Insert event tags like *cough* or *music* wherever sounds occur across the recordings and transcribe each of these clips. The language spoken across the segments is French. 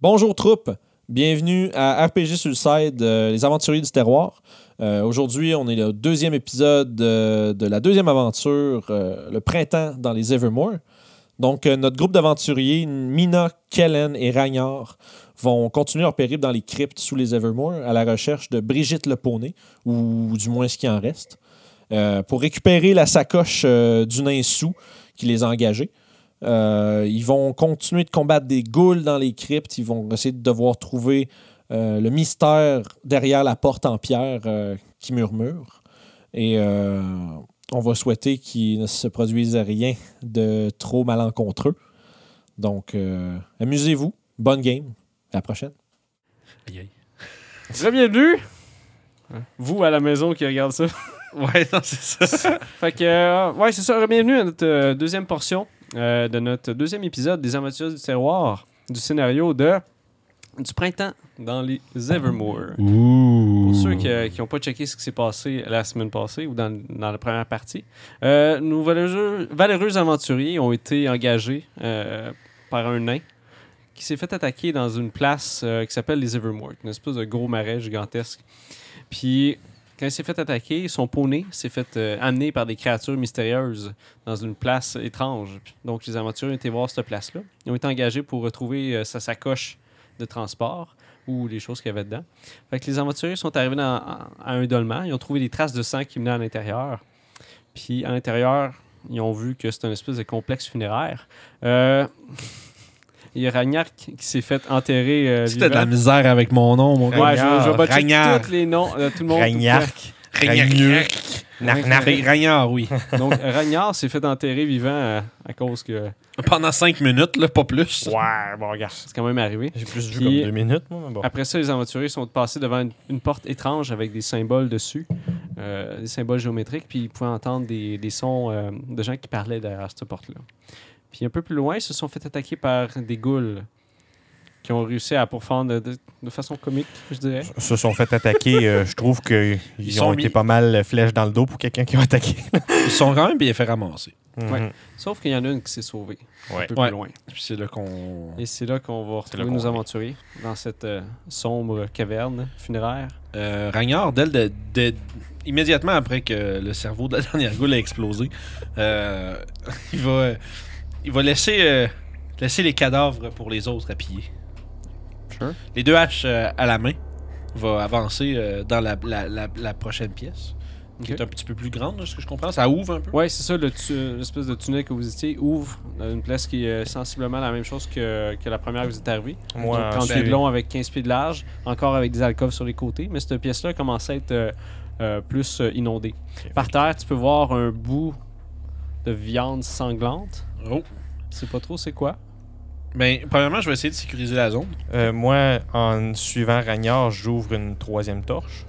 Bonjour troupe, bienvenue à RPG Suicide, euh, les aventuriers du terroir. Euh, Aujourd'hui, on est le deuxième épisode euh, de la deuxième aventure, euh, le printemps dans les Evermore. Donc, euh, notre groupe d'aventuriers, Mina, Kellen et Ragnar, vont continuer leur périple dans les cryptes sous les Evermore à la recherche de Brigitte le Poney, ou du moins ce qui en reste, euh, pour récupérer la sacoche euh, du nain sous qui les a engagés. Euh, ils vont continuer de combattre des ghouls dans les cryptes. Ils vont essayer de devoir trouver euh, le mystère derrière la porte en pierre euh, qui murmure. Et euh, on va souhaiter qu'il ne se produise rien de trop malencontreux. Donc, euh, amusez-vous. Bonne game. À la prochaine. Aïe, aïe. Hein? Très bienvenue. Vous à la maison qui regarde ça. *laughs* Ouais, non, c'est ça. Fait que, euh, ouais, c'est ça. Bienvenue à notre euh, deuxième portion euh, de notre deuxième épisode des aventures du terroir du scénario de du printemps dans les Evermore. Ouh. Pour ceux qui euh, n'ont pas checké ce qui s'est passé la semaine passée ou dans, dans la première partie, euh, nos valeureux, valeureux aventuriers ont été engagés euh, par un nain qui s'est fait attaquer dans une place euh, qui s'appelle les Evermore, une espèce de gros marais gigantesque. Puis, quand il s'est fait attaquer, son poney s'est fait euh, amener par des créatures mystérieuses dans une place étrange. Donc, les aventuriers ont été voir cette place-là. Ils ont été engagés pour retrouver euh, sa sacoche de transport ou les choses qu'il y avait dedans. Fait que les aventuriers sont arrivés dans- à un dolmen. Ils ont trouvé des traces de sang qui venaient à l'intérieur. Puis à l'intérieur, ils ont vu que c'était un espèce de complexe funéraire. Euh, *laughs* il y a Ragnar qui qui s'est fait enterrer. euh, C'était de vivant. la misère avec mon nom, mon gars. Ouais, je, je vais pas checker Ragnar. tous les noms de tout le monde. Ragnark. Ragnarok. Narnar. Ragnard, oui. Donc, Ragnar s'est fait enterrer vivant euh, à cause que Pendant 5 minutes, là, pas plus. Ouais, bon, regarde. c'est quand même arrivé. J'ai plus vu Puis- comme deux minutes, moi, mais bon. Après ça, les aventuriers sont passés devant une, une porte étrange avec des symboles dessus, euh, des symboles géométriques, puis ils pouvaient entendre des, des sons euh, de gens qui parlaient derrière cette porte-là. Puis un peu plus loin, ils se sont fait attaquer par des ghouls qui ont réussi à pourfendre de, de façon comique, je dirais. Ils se sont fait attaquer. euh, je trouve qu'ils Ils ont sont été mis- pas mal euh, flèches dans le dos pour quelqu'un qui a attaqué. Ils sont quand même bien fait ramasser. Mhm. Sauf qu'il y en a une qui s'est sauvée un Ouais. peu Ouais. plus loin. Puis C'est là qu'on. Et c'est là qu'on va là retrouver qu'on nos est. aventuriers dans cette euh, sombre caverne funéraire. Euh, Ragnar, dès le- dès- dès- immédiatement après que le cerveau de la *laughs* dernière goule a explosé, euh, *laughs* il va, il va laisser, euh, laisser les cadavres pour les autres à piller. Sure. Les deux haches euh, à la main, va avancer euh, dans la, la- la- la prochaine pièce, qui Ok. est un petit peu plus grande, là, ce que je comprends. Ça ouvre un peu. Ouais, c'est ça, le tu- l'espèce de tunnel que vous étiez ouvre dans une place qui est sensiblement la même chose que, que la première que vous êtes arrivé. Moi, Donc, 30 je pieds de suis- long avec 15 pieds de large, encore avec des alcôves sur les côtés, mais cette pièce-là commence à être euh, euh, plus euh, inondée. Par terre, tu peux voir un bout de viande sanglante. Oh. Tu sais pas trop c'est quoi. Ben, premièrement, je vais essayer de sécuriser la zone. Euh, moi, en suivant Ragnar, j'ouvre une troisième torche.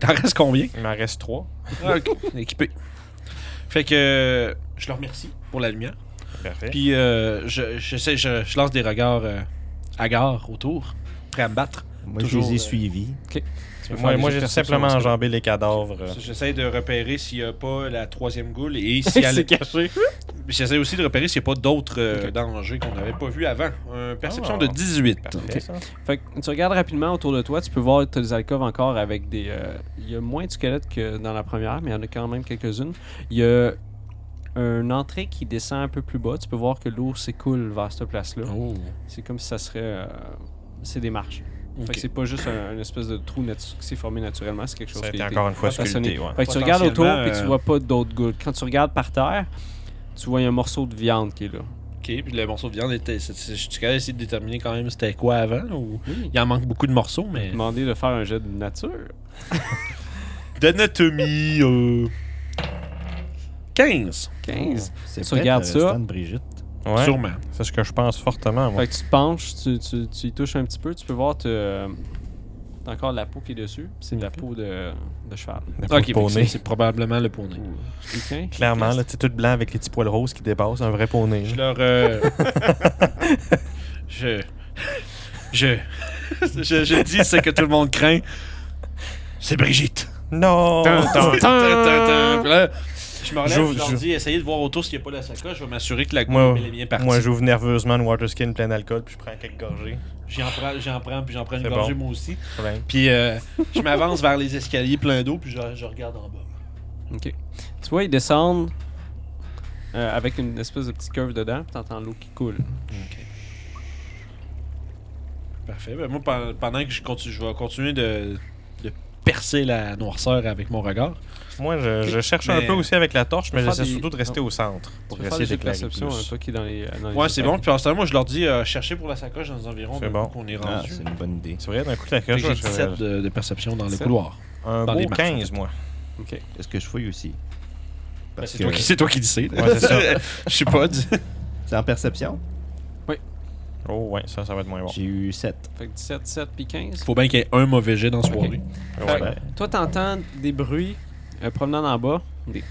T'en restes combien? Il m'en reste trois. Ah, ok. Équipé. Fait que euh, je leur remercie pour la lumière. Parfait. Puis euh, je, j'essaie- je, je lance des regards euh, hagards autour, prêt à me battre. Moi, Toujours, je les euh, ai suivis. Tu peux faire moi, des moi jets de j'ai perception simplement dans ce cas-là. enjambé les cadavres. euh. J'essaie de repérer s'il n'y a pas la troisième goule et s'il y a C'est caché. J'essaie aussi de repérer s'il n'y a pas d'autres euh, Ok. dangers qu'on n'avait pas vu avant. Une perception Ah. de 18. Parfait, ça. Fait que tu regardes rapidement autour de toi, tu peux voir t'as des alcôves encore avec des. euh, Il y a moins de squelettes que dans la première, mais il y en a quand même quelques-unes. Il y a une entrée qui descend un peu plus bas. Tu peux voir que l'eau s'écoule vers cette place-là. Oh. C'est comme si ça serait. euh, c'est des marches. Fait Ok. que c'est pas juste un, une espèce de trou natu- qui s'est formé naturellement, c'est quelque chose Ça a qui été a été encore une fois façonné. sculpté. ouais. Fait que tu regardes autour Potentiellement, et tu euh, vois pas d'autres ghouls. Quand tu regardes par terre, tu vois un morceau de viande qui est là. Ok, puis le morceau de viande était. c'est- c'est- Je suis capable d'essayer de déterminer quand même c'était quoi avant ou. Oui. Il en manque beaucoup de morceaux, mais. Demander de faire un jet de nature. Oh, D'anatomie. euh, 15. 15. C'est Tu peut-être regardes le ça. restant de Brigitte. Ouais, Sûrement. C'est ce que je pense fortement. Moi. Fait que tu te penches, tu, tu, tu y touches un petit peu, tu peux voir, t'as euh, t'as encore de la peau qui est dessus, puis c'est de la Ok. peau de, de cheval. La peau de Ok, poney. mais c'est- c'est probablement le poney. Ok. Clairement, là, tu sais, tout blanc avec les petits poils roses qui dépassent, un vrai poney. Je là. leur. *laughs* euh, je. Je. Je, je dis ce que tout le monde craint. C'est Brigitte. *laughs* Non! Tan, tan, tan. Puis là, Je me relève, J'ouvre- je leur j'ouvre. dis, essayez de voir autour s'il n'y a pas la sacoche. Je vais m'assurer que la gomme Moi, elle est bien partie. moi j'ouvre nerveusement une waterskin plein d'alcool, puis je prends quelques gorgées. J'en prends, j'en prends, puis j'en prends une C'est gorgée bon. moi aussi. Pas de problème. Puis euh, je m'avance vers les escaliers pleins d'eau, puis je, je regarde en bas. Ok. Tu vois, ils descendent euh, avec une espèce de petite curve dedans, puis t'entends l'eau qui coule. Parfait. Ben, moi, pen- pendant que je continue, je vais continuer de, de percer la noirceur avec mon regard. Moi, je, je cherche Mais- un peu aussi avec la torche, mais Faut faire j'essaie des- surtout de rester au centre pour tu peux faire essayer des jeux de d'éclairer perception, hein, plus. toi qui est dans les. dans les Ouais, c'est détails. bon. Puis en ce moment, moi, je leur dis, euh, cherchez pour la sacoche dans les environs C'est de- bon. qu'on est Ah, rendu. c'est une bonne idée. C'est vrai, d'un coup, la Fait que coche, J'ai je serais- 17 de, de perception dans le 17. couloir. un dans les beau marches, 15, moi. Ok. Est-ce que je fouille aussi? Ben, Parce c'est que- toi, qui- c'est toi qui décide. Ouais, c'est ça. *laughs* Je sais pas. dis- C'est en perception? Oh, ouais, ça, ça va être moins bon. J'ai eu 7. Fait que 17, 17 puis 15. Faut bien qu'il y ait un mauvais jet dans ce soirée. Fait que Voilà. Toi, t'entends des bruits euh, provenant d'en bas. Des-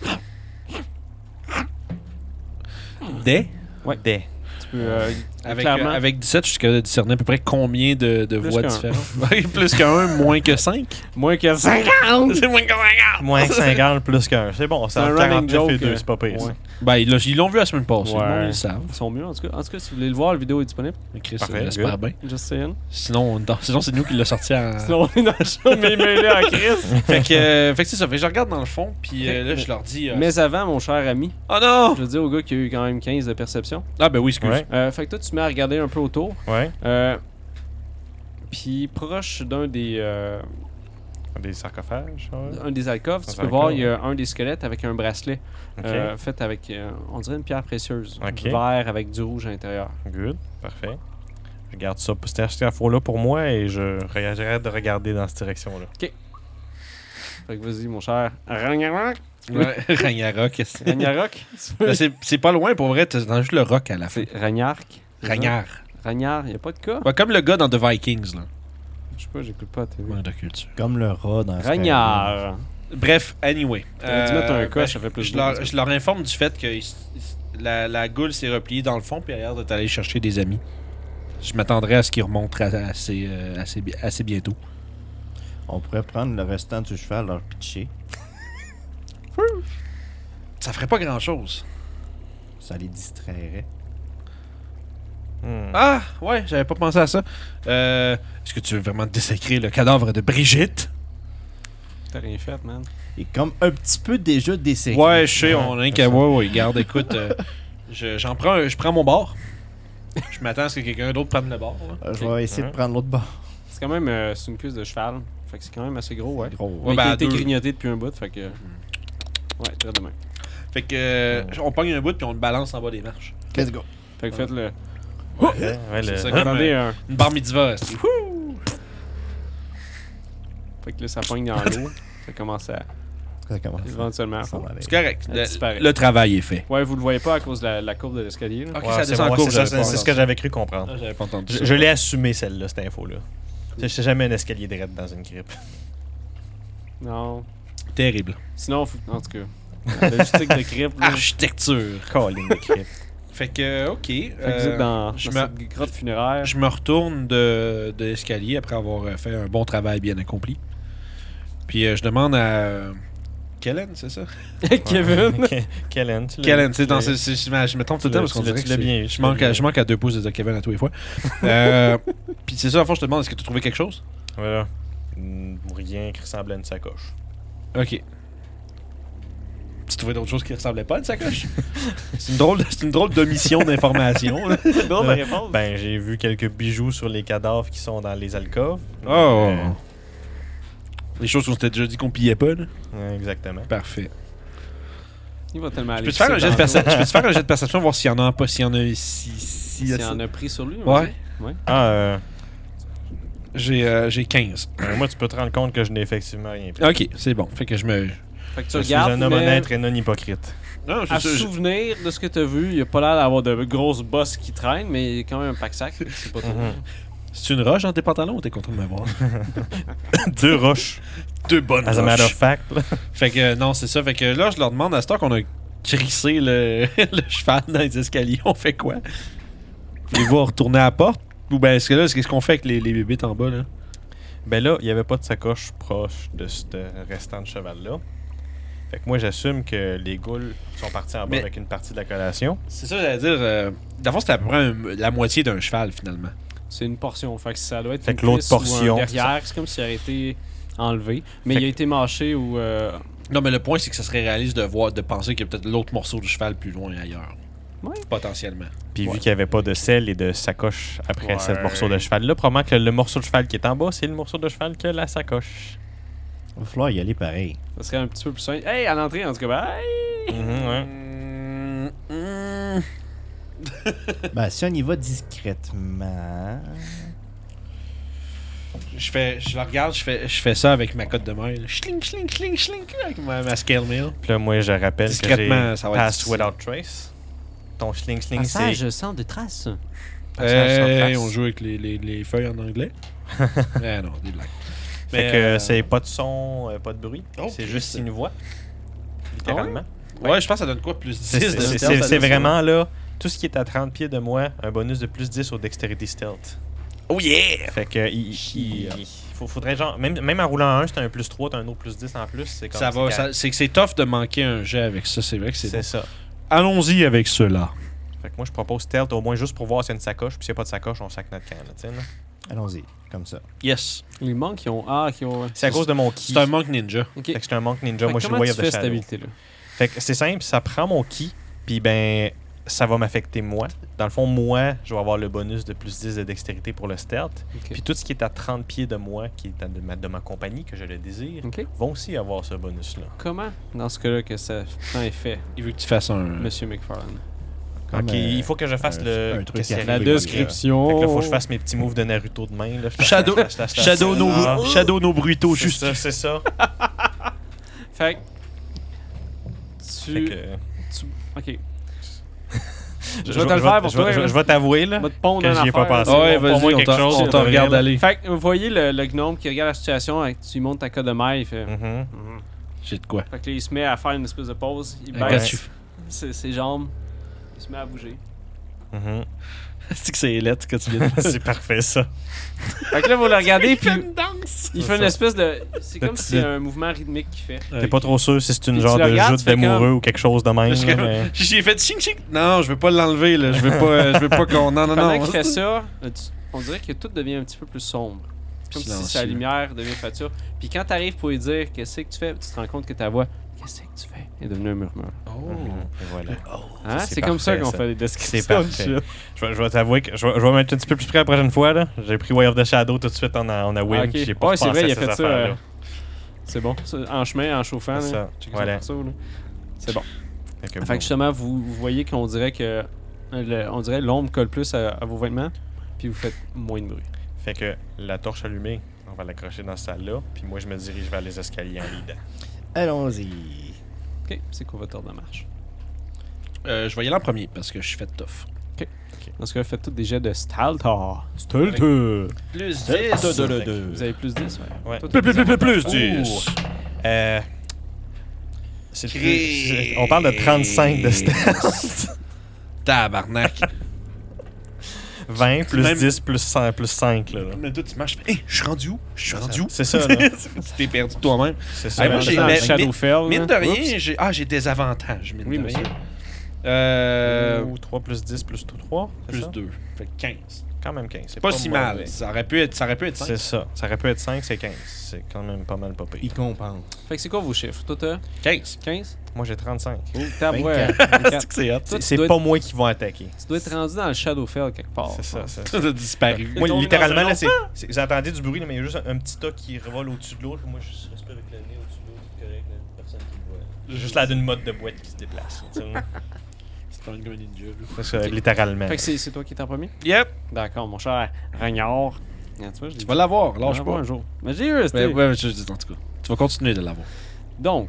Des. Ouais. Des. Tu peux. euh, Avec, clairement, euh, avec 17, je suis capable de discerner à peu près combien de, de Plus voix qu'un. différentes. *laughs* Oui, plus qu'un, moins que 5. *laughs* Moins que 50! C'est moins que *laughs* 5. Moins que 50, plus qu'un. C'est bon, C'est ça un a running 49 et joke, 2, euh, c'est pas pire. ça. ouais. Ben, ils l'ont- ils l'ont vu la semaine passée. Ouais. le monde, ils le savent. Ils sont mieux, en tout cas. En tout cas, si vous voulez le voir, la vidéo est disponible. Mais Chris, Parfait, euh, j'espère bien. Just saying. Sinon, on est dans- sinon, c'est nous qui l'a sorti en. *laughs* Sinon, on est dans le show, mais mêlé à Chris. fait que, euh, fait que c'est ça. Fait que je regarde dans le fond, puis euh, Ok. là, je leur dis. euh, Mais avant, mon cher ami, Oh non je veux dire au gars qui a eu quand même 15 de perception. Ah, ben oui, excuse. Ouais. Euh, fait que toi, tu te mets à regarder un peu autour. Ouais. Euh, Puis proche d'un des, euh, Des sarcophages. ouais. un des alcôves, tu Un peux alcôve. voir il y a un des squelettes avec un bracelet Ok. euh, fait avec, euh, on dirait une pierre précieuse, Ok. vert avec du rouge à l'intérieur. Good. Parfait. Je garde ça. C'était acheté à four là pour moi et je j'arrête de regarder dans cette direction-là. Fait que vas-y mon cher Ragnarok, Ouais. *laughs* Ragnarok. qu'est-ce *laughs* que- Ragnarok, tu peux- Ben, c'est- c'est pas loin pour vrai, t'as juste le rock à la fin. c'est Ragnark, Ragnar. Ragnar, y a pas de cas. Ouais, comme le gars dans The Vikings, là. Je sais pas, j'écoute pas. T'es... Manque de culture. Comme le rat dans Ragnar. Bref, anyway. Euh, ben, T'aurais dû mettre un cas, ça fait plus je de leur, bruit. je leur informe du fait que ils- ils- la, la goule s'est repliée dans le fond, puis elle a l'air d'être allée chercher des amis. Je m'attendrais à ce qu'ils remontent à- assez, euh, assez, bi- assez bientôt. On pourrait prendre le restant du cheval, leur pitcher. Ça ferait pas grand chose. Ça les distrairait. Hmm. Ah, ouais, j'avais pas pensé à ça. Euh, Est-ce que tu veux vraiment désacrer le cadavre de Brigitte T'as rien fait, man. Et comme un petit peu déjà desséqué. Ouais, je sais, on a un Ouais, cas. ça. Ouais, ouais, regarde, écoute, *laughs* euh, je- j'en prends, un- je prends mon bord. Je m'attends à ce que quelqu'un d'autre prenne le bord. là. Euh, Je vais essayer de Ouais. prendre l'autre bord. C'est quand même euh, c'est une cuisse de cheval, fait que c'est quand même assez gros, ouais. Gros. Ouais, Mais ben, qui a à été deux. Mm. grignoté depuis un bout, fait que. Ouais, très demain. Fait que euh, on pogne un bout puis on le balance en bas des marches. Let's go. Fait que faites-le. Ouais, ouais, le- Hein? Hein? C'est ça, comme, Attendez euh, un. une barre mitzvah. c'est- Fait que là, ça pogne dans *laughs* l'eau. Ça commence à Ça commence. éventuellement. Ça va aller. C'est correct. Elle disparaît. Le, le travail est fait. Ouais, vous le voyez pas à cause de la, la courbe de l'escalier. là. Ok, Ouais, ça c'est descend en bon, courbe. c'est ça, j'avais pas c'est- c'est ce que entendu. j'avais cru comprendre. Ah, J'avais pas entendu. Je, ça. je l'ai assumé, celle-là, cette info-là. C'est c'est jamais un escalier direct dans une crypte. *laughs* Non. Terrible. Sinon, faut- en tout cas. La logistique de crypte. Ah, là. Architecture. Calling de *laughs* crypte. Fait que, ok. Fait que vous euh, êtes dans, dans je me- cette grotte funéraire. Je me retourne de, de l'escalier après avoir euh, fait un bon travail bien accompli. Puis euh, je demande à. euh, Kellen, c'est ça? Kevin. Ke- Kellen, tu l'as- Kellen, tu sais, tu dans l'as- ce- ce- je me- je me trompe tout le tu temps l'as- parce qu'on tu l'as- dirait tu que l'as c'est- bien eu, je tu l'as manque, bien à, eu. je manque à deux pouces de dire Kevin à tous *laughs* les fois. Euh, puis c'est ça, à la fois, je te demande est-ce que tu as trouvé quelque chose? Voilà. Hmm, Rien qui ressemble à *laughs* une sacoche. Ok. Tu trouvais d'autres choses qui ressemblaient pas à une sacoche? c'est une drôle, de- c'est une drôle d'omission d'information. *laughs* là. Non, ma réponse. Ben, j'ai vu quelques bijoux sur les cadavres qui sont dans les alcôves. Oh. Les choses qu'on s'était déjà dit qu'on pillait pas, là. Ouais, exactement. Parfait. Il va tellement Je aller. peux te faire un jet de personne. perception, je peux te faire un jet de perception voir s'il y en a un pas, s'il y en a si, si- Il si- en a pris sur lui. Ouais. Ah, euh, J'ai euh, j'ai 15. euh, moi, tu peux te rendre compte que je n'ai effectivement rien pris. OK, c'est bon. Fait que je me Fait que tu Je suis regardes. un homme mais honnête et non hypocrite. Non, À souvenir de ce que t'as vu, il a pas l'air d'avoir de grosses bosses qui traînent, mais il y a quand même un pack-sac. C'est pas trop. C'est une roche dans tes pantalons ou t'es content de me voir *laughs* Deux roches. Deux bonnes As a matter of fact. là. Fait que euh, non, c'est ça. Fait que là, je leur demande à ce temps qu'on a crissé le, *laughs* le cheval dans les escaliers, on fait quoi Ils vont retourner à la porte ou ben est-ce que là, est-ce qu'est-ce qu'on fait avec les, les bébés en bas là Ben là, il n'y avait pas de sacoche proche de ce restant de cheval-là. Fait que moi, j'assume que les ghouls sont partis en bas Mais- avec une partie de la collation. C'est ça, j'allais dire. Euh, D'abord, c'était à peu près un- la moitié d'un cheval, finalement. C'est une portion. Fait que ça doit être Fait une que l'autre cuisse ou un portion, derrière. C'est comme s'il avait été enlevé. Mais Fait il a que- été mâché ou. euh, Non, mais le point, c'est que ça serait réaliste de voir, de penser qu'il y a peut-être l'autre morceau du cheval plus loin ailleurs. Ouais. Potentiellement. Puis Ouais. vu qu'il n'y avait pas de sel et de sacoche après Ouais. ce morceau de cheval-là, probablement que le morceau de cheval qui est en bas, c'est le morceau de cheval que la sacoche. Il va falloir y aller pareil. Ça serait un petit peu plus simple. Hey, à l'entrée, en tout cas, ben, hey! Mhm, ouais. Mm, mm. ben, si on y va discrètement. Je fais, je la regarde, je fais, je fais ça avec ma cote de mail. Schling, schling, schling, schling, avec ma, ma scale mill. Puis là, moi, je rappelle que j'ai Discrètement, ça va être Pass difficile. Without Trace. Ton schling-schling, c'est... Passage sans de traces. Passage sans Hey, trace. Eh, on joue avec les, les- les feuilles en anglais. ah non, des blagues. Fait Mais, que euh, c'est pas de son, euh, pas de bruit. Oh, c'est Christ. juste une voix. Littéralement. Ouais, je pense que ça donne quoi plus 10 C'est- de C'est stealth, c'est- ça c'est donne ça. vraiment là, tout ce qui est à 30 pieds de moi, un bonus de plus 10 au Dexterity Stealth. Oh yeah! Fait que, il, il- il faut- faudrait genre, même, même en roulant un, c'est un plus 3, t'as un autre plus 10 en plus. C'est comme Ça va, c'est ça- c'est que c'est tough de manquer un jet avec ça, c'est vrai que c'est. C'est ça. Allons-y avec cela. Fait que moi, je propose stealth au moins juste pour voir s'il y a une sacoche. Puis s'il n'y a pas de sacoche, on sac notre camp. là, tu sais, là. Allons-y, comme ça. Yes. Les manques qui ont. Ah, qui ont. euh, C'est à cause de mon ki. C'est un monk ninja. Ok. Fait que c'est un monk ninja. Fait que moi, je suis comment Way tu of the fais cette Shadow. habilité-là? Fait que c'est simple, ça prend mon ki. Puis ben, ça va m'affecter moi. Dans le fond, moi, je vais avoir le bonus de plus 10 de dextérité pour le stealth. Ok. Puis tout ce qui est à 30 pieds de moi, qui est à- de ma, de ma compagnie, que je le désire, Ok. vont aussi avoir ce bonus-là. Comment, dans ce cas-là, que ça prend effet, Il veut que tu fasses un. Monsieur McFarlane? Comme, ok, euh, il faut que je fasse un- le. un truc qu'est-ce qui arrivé. arrive, La là. description. Fait que là, faut que je fasse mes petits moves de Naruto de *laughs* main. Là. Shadow- Slash, slash, slash, Shadow no, Ah, Shadow no Bruto, c'est juste. ça, c'est ça. Fait que. Tu. Fait que- Ok. Je, vais te le faire pour je- toi, hein. Je, là. je vais t'avouer, là. Va te pondre que un j'y ai pas affaire, pensé. là. Ouais, vas-y, on t'en- on Ah on t'en t'en regarde regarde aller. Fait que vous voyez le, le gnome qui regarde la situation, et tu lui montres ta cote de maille, il fait. Mhm. Mhm. J'ai de quoi. Fait que là, il se met à faire une espèce de pause, il Ouais. Quand baisse tu- ses, ses jambes, il se met à bouger. Mhm. C'est que c'est lettre que tu viens de *laughs* c'est parfait, ça. Fait que là, vous le regardez, puis danse! il fait une espèce de. C'est comme Petit- si un mouvement rythmique qu'il fait. T'es pas trop sûr si c'est une Puis genre tu le de regardes, joute tu fais comme- d'amoureux ou quelque chose de même. Parce là, que- mais- J'ai fait ching ching. Non, je veux pas l'enlever là. Je veux pas, euh, je veux pas qu'on. Non, non, Pendant non. qu'il fait ça, euh, tu- on dirait que tout devient un petit peu plus sombre. C'est Comme si sa Silencieux. lumière devient fature. Puis quand t'arrives pour lui dire qu'est-ce que tu fais, tu te rends compte que ta voix, qu'est-ce que tu fais, est devenue un murmure. Mhm. Et voilà. Hein? c'est C'est comme ça parfait, qu'on ça. fait les C'est descriptions. de parfait. shit. Je vais, je vais t'avouer que je vais, je vais mettre un petit peu plus près la prochaine fois. là. J'ai pris Way of the Shadow tout de suite en, en a Wim. Ah, ok. puis J'ai pas Ouais, c'est repensé vrai, il a à ces fait ça. affaires-là. euh, C'est bon. Ça, En chemin, en chauffant. là. C'est ça. Check Voilà. ça pour ça, là. C'est bon. Fait que Fait que justement, vous, vous voyez qu'on dirait que le- on dirait l'ombre colle plus à, à vos vêtements, puis vous faites moins de bruit. Fait que la torche allumée, on va l'accrocher dans cette salle-là. Puis moi, je me dirige vers les escaliers en lead. euh, Allons-y. Ok, c'est quoi votre ordre de marche? Euh, je vais y aller en premier parce que je suis fait tough. Dans ce cas, faites tous des jets de Staltar. Plus Vous avez plus 10, ouais. Ouais. Toi, t'as Plus, plus, plus plus, plus, plus Ouh. 10. Euh, c'est plus- Chris. c'est- on parle de 35 de stealth. *laughs* Tabarnak. 20 plus Même- 10 plus 100 plus 5. Là, là. Mais toi, tu marches. je fais, Hey, je suis rendu où? Je suis rendu où? C'est ça, là. tu t'es perdu toi-même. C'est Ah, moi, là. j'ai- Dans mais- mais- Shadowfell. Mine de là. rien, j'ai. Ah, j'ai des avantages. Mine Oui, de monsieur. rien. Euh. Ou 3 plus 10 plus 3. Plus 2. Fait que 15. Quand même 15. C'est Pas, si mauvais. mal. Ça aurait pu être, ça aurait pu être 5. C'est ça. Ça aurait pu être 5, c'est 15. C'est quand même pas mal pas pire. Il compense. Oups. Fait que c'est quoi vos chiffres? Toi, t'as 15. 15? Moi, j'ai 35. Oh, t'as ouais. 24. C'est que c'est hot. Toi, *laughs* C'est tu c'est dois- pas moi qui vont attaquer. Tu dois être rendu dans le Shadowfell quelque part. C'est ça, hein. c'est ça. Ça a *laughs* disparu. Moi, tombé littéralement, dans un là, c'est- c'est- j'entendais du bruit, là, mais il y a juste un, un petit tas qui revole au-dessus de l'autre. Moi, je suis resté avec le nez au-dessus de l'autre, c'est correct, là, personne qui me voit. J'ai juste l'air d'une mode de boîte qui se déplace. tu sais, là. C'est pas une comme un ninja. là. C'est ça, littéralement. Fait que c'est c'est toi qui es en premier? Yep. D'accord, mon cher Ragnard. Ah, Tu vois, je l'ai Tu vas l'avoir, lâche Ah, pas. un jour. Mais j'ai eu, Ouais, c'était- ouais, je dis en tout cas. Tu vas continuer de l'avoir. Donc,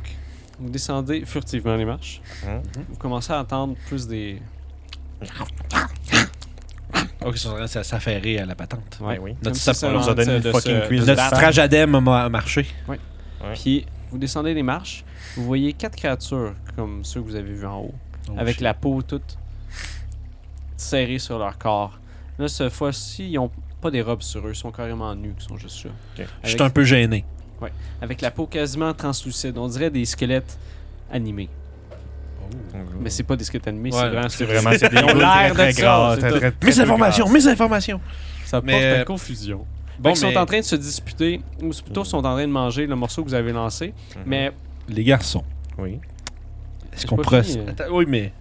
vous descendez furtivement les marches. Mhm. Vous commencez à entendre plus des. Ok, ça serait- ça s'affairer à la patente. Ben oui. Comme Notre si sapin ça nous a rentre, donné euh, une de fucking ce- cuisse. de Notre ce- stratagème a ma- a marché. Puis vous descendez les marches, vous voyez quatre créatures comme ceux que vous avez vus en haut, Oh, avec la peau toute serrée sur leur corps. Là, cette fois-ci, ils ont pas des robes sur eux, ils sont carrément nus, ils sont juste là. Je suis avec- un peu gêné. Avec la peau quasiment translucide, on dirait des squelettes animés. Mais c'est pas des skits animés, Mm. Ouais, c'est Ah, vraiment. c'est vraiment. vraiment- Ça c'est *laughs* des Ils ont ondes l'air très, de très ça, grasses, c'est très, tout. très, très, Mésinformation, mésinformation. porte Mais, à euh, confusion. Bon, ils sont mais- Mm. en train de se disputer, ou plutôt sont en train de manger le morceau que vous avez lancé. Mm-hmm. Mais Les garçons. Oui. Est-ce J'ai qu'on pas pourrait. fini, euh. Attends, Oui, mais.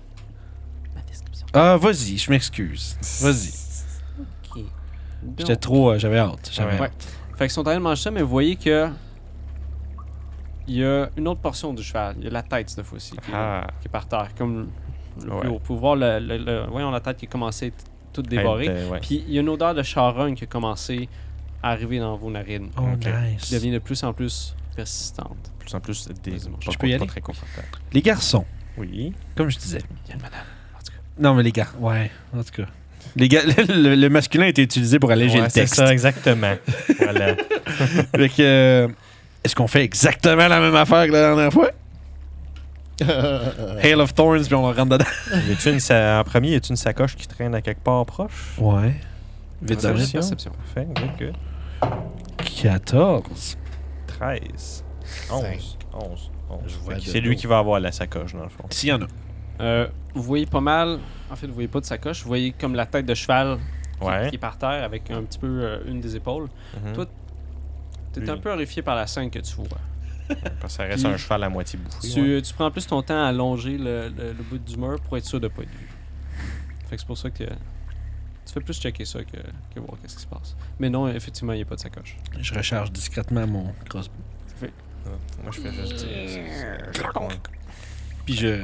ma description. Ah, vas-y, je m'excuse. Vas-y. J'étais trop. euh, J'avais hâte. J'avais Ouais. hâte. Fait qu'ils sont en train de manger ça, mais vous voyez que. Il y a une autre portion du cheval. Il y a la tête cette fois-ci qui, est- Ah. qui est par terre, comme le Ouais. plus haut. Vous pouvez voir le, le- le- voyons, la tête qui a commencé à être toute dévorée. ben. Être, euh, ouais. Puis il y a une odeur de charogne qui a commencé à arriver dans vos narines, Oh, Ok. nice. qui devient de plus en plus persistante. Plus en plus, des... Vas-y, mon pas- je peux y pas aller? très confortable. Les garçons, Oui. comme je disais. Il y a une madame, en tout cas. Non, mais les gars. Ouais, en tout cas. Les gars, *laughs* le, le masculin a été utilisé pour alléger Ouais, le c'est texte. ça, exactement. *laughs* voilà. *laughs* Fait que, euh, est-ce qu'on fait exactement la même affaire que la dernière fois? Hail of Thorns, puis on leur rentre dedans. Y a-tu une sa- En premier, y a-tu une sacoche qui traîne à quelque part proche? Ouais. *laughs* Vite de Perception. même. Perception. Parfait, good, good. 14. 13. 11. 11. Je vois de C'est lui dos. qui va avoir la sacoche, dans le fond. S'il y en a. Euh, vous voyez pas mal. En fait, vous voyez pas de sacoche. Vous voyez comme la tête de cheval qui, Ouais. qui est par terre avec un petit peu euh, une des épaules. Mhm. Toi, T'es Lui. un peu horrifié par la scène que tu vois. Parce que ça reste Puis- un cheval à moitié bouffé. Tu, ouais. tu prends plus ton temps à allonger le, le- le bout du mur pour être sûr de pas être vu. Fait que c'est pour ça que tu fais plus checker ça que, que voir qu'est-ce qui se passe. Mais non, effectivement, il n'y a pas de sacoche. Je recharge discrètement mon crossbow. Moi, je fais juste dire. c'est- c'est- Puis je.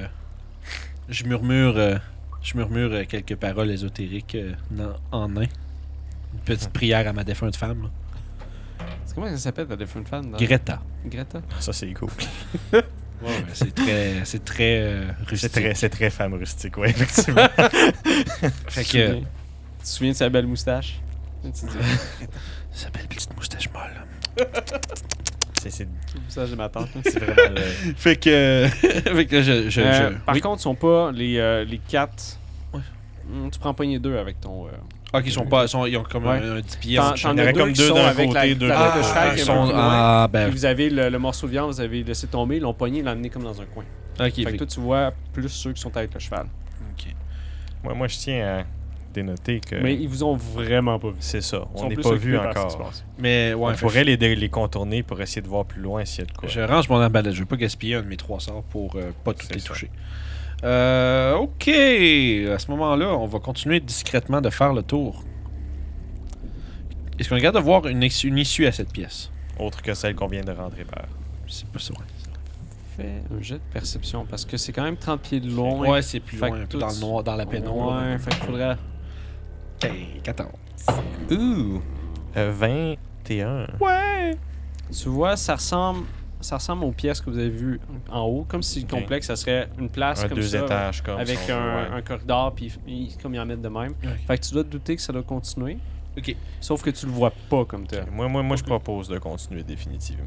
Je murmure. euh, je murmure euh, quelques paroles ésotériques euh, nan- en nain. Une petite prière à ma défunte femme. C'est comment ça s'appelle ta different fan? dans- Greta. Greta? Ça, c'est cool. Ah. Ouais, c'est très. C'est très. euh, C'est rustique. très, c'est très femme rustique, ouais, *laughs* effectivement. Fait Tu te que. souviens- Tu te souviens de sa belle moustache? Tu te *laughs* dis, Ça s'appelle Petite Moustache Molle. c'est c'est- moustache de ma tante. là. c'est vraiment le. Fait que. *laughs* fait que je. je, Euh, je- Par oui. contre, ils sont pas les, euh, les quatre. Ouais. Hmm, Tu prends pas les deux avec ton. euh, Ah, qu'ils sont pas. Sont, ils ont comme Ouais. un, un 10 pieds. T'en- en- t'en Il y en as aurait deux comme qui deux sont d'un avec la- côté, deux la de tête Ah, de l'autre. cheval ils qui est un peu sont- plus loin. ah, ben. Puis vous avez le, le morceau de viande, vous avez laissé tomber, ils l'ont pogné, l'ont amené comme dans un coin. Ok, fait que fait- toi, tu vois plus ceux qui sont avec le cheval. ok. Moi, moi, je tiens à dénoter que. Mais ils vous ont vraiment pas vu. C'est ça, Ils Euh, on sont n'est plus pas occupés vu par ce qui se encore. passe. Mais ouais, On pourrait les, dé- les contourner pour essayer de voir plus loin s'il y a de quoi. Je range mon emballage. Je veux pas gaspiller un de mes trois sorts pour euh, pas tout C'est les ça. toucher. Euh, ok. À ce moment-là, on va continuer discrètement de faire le tour. Est-ce qu'on regarde de voir une, ex- une issue à cette pièce Autre que celle qu'on vient de rentrer par. C'est pas ça. ouais. Fais un jet de perception parce que c'est quand même 30 pieds de Ouais, long. c'est plus Fait loin, que un peu tout- dans le noir, dans la pénombre. Ouais, fait qu'il faudrait. Ok, 14. Ouh! Euh, 21. Ouais. Tu vois, ça ressemble, ça ressemble aux pièces que vous avez vues en haut, comme si le Ok. complexe, ça serait une place Un comme deux ça, étages comme avec si on un, veut, ouais. un corridor, puis ils- comme ils en mettent de même. Ouais. Fait que tu dois te douter que ça doit continuer. Ok. Sauf que tu le vois pas comme tel. Moi, moi, moi je propose de continuer définitivement.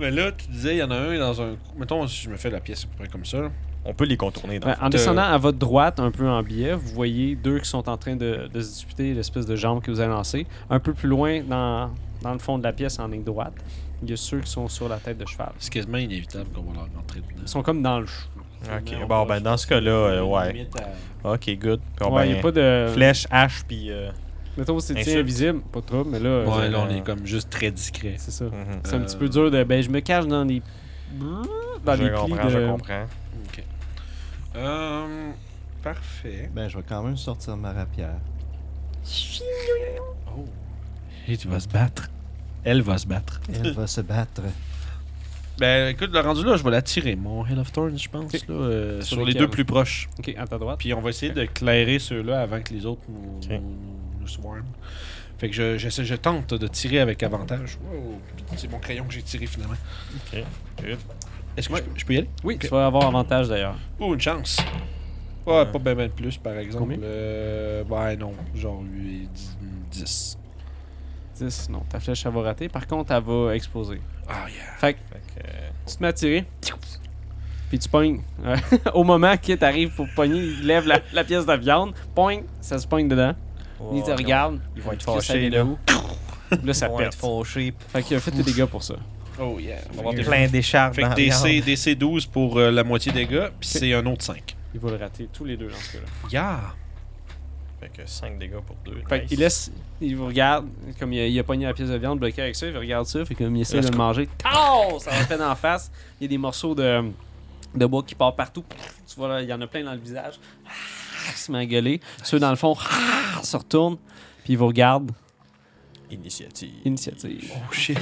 Mais là, tu disais, il y en a un dans un. Mettons, si je me fais la pièce à peu près comme ça. On peut les contourner dans Ouais, le fond. Ben, en descendant à votre droite, un peu en biais, vous voyez deux qui sont en train de, de se disputer l'espèce de jambe que vous avez lancée. Un peu plus loin, dans, dans le fond de la pièce, en ligne droite, il y a ceux qui sont sur la tête de cheval. C'est quasiment inévitable qu'on va leur rentrer dedans. Ils sont comme dans le chou. Ok, bon, ben dans ce cas-là, euh, ouais. Limite à- Ok, good. Bon, ouais, il n'y ben, a pas de. flèche, hache, puis. euh, Mettons, c'est Insulte. invisible, pas trop, mais là. euh, Ouais, là, on est comme juste très discret. C'est ça. mhm. C'est un petit Euh, peu dur de. Ben, je me cache dans les. Dans je les plis comprends, de- je comprends. Ok. Euh, parfait. Ben, je vais quand même sortir ma rapière. Oh. Et tu vas se battre. Elle va se battre. Elle va se battre. Ben écoute, le rendu là, je vais la tirer. Mon Hell of Thorns, je pense, Ok. là, euh, Sur sur les lesquels? deux plus proches. Ok, à ta droite. Puis on va essayer d'éclairer ceux-là avant que les autres nous, nous- nous swarm. Fait que je, j'essaie- je tente de tirer avec avantage. Wow, c'est mon crayon que j'ai tiré finalement. Ok, good. Est-ce que Ouais. je, je peux y aller? Oui, Ok. tu vas avoir avantage d'ailleurs. Oh, une chance. Ouais, Ouais. pas bien ben de plus, par exemple. Combien? Euh, ben non, genre 8, 10. 10, non, ta flèche, elle va rater. Par contre, elle va exploser. Ah yeah. Fait que Fait que, euh, tu te mets à tirer. Puis tu pognes. Euh, *laughs* Au moment que t'arrives pour pogner, il lève la, la pièce de viande. Pogne, ça se pogne dedans. il te ouais, regarde. Ils vont être Qu'est-ce que ça fâchés, vient de là. où? Là, ça Ils vont pète. être fâchés. Fait qu'il a fait des dégâts pour ça. Oh yeah. On va avoir Avec des- plein d'écharpes. Fait que dans DC, la DC 12 pour euh, la moitié des gars, puis c'est un autre 5. Il va le rater, tous les deux dans ce cas-là. Yeah! Fait que 5 dégâts pour 2. Fait qu'il laisse, il vous regarde, comme il a, il a pogné la pièce de viande bloquée avec ça, il regarde ça, fait comme il essaie de le manger. Oh, ça va peine en face. Il y a des morceaux de, de bois qui partent partout. Tu vois, là, il y en a plein dans le visage. Ah, il se met à gueuler. Ceux dans le fond ah, se retournent, puis ils vous regardent. Initiative. Initiative. Oh shit.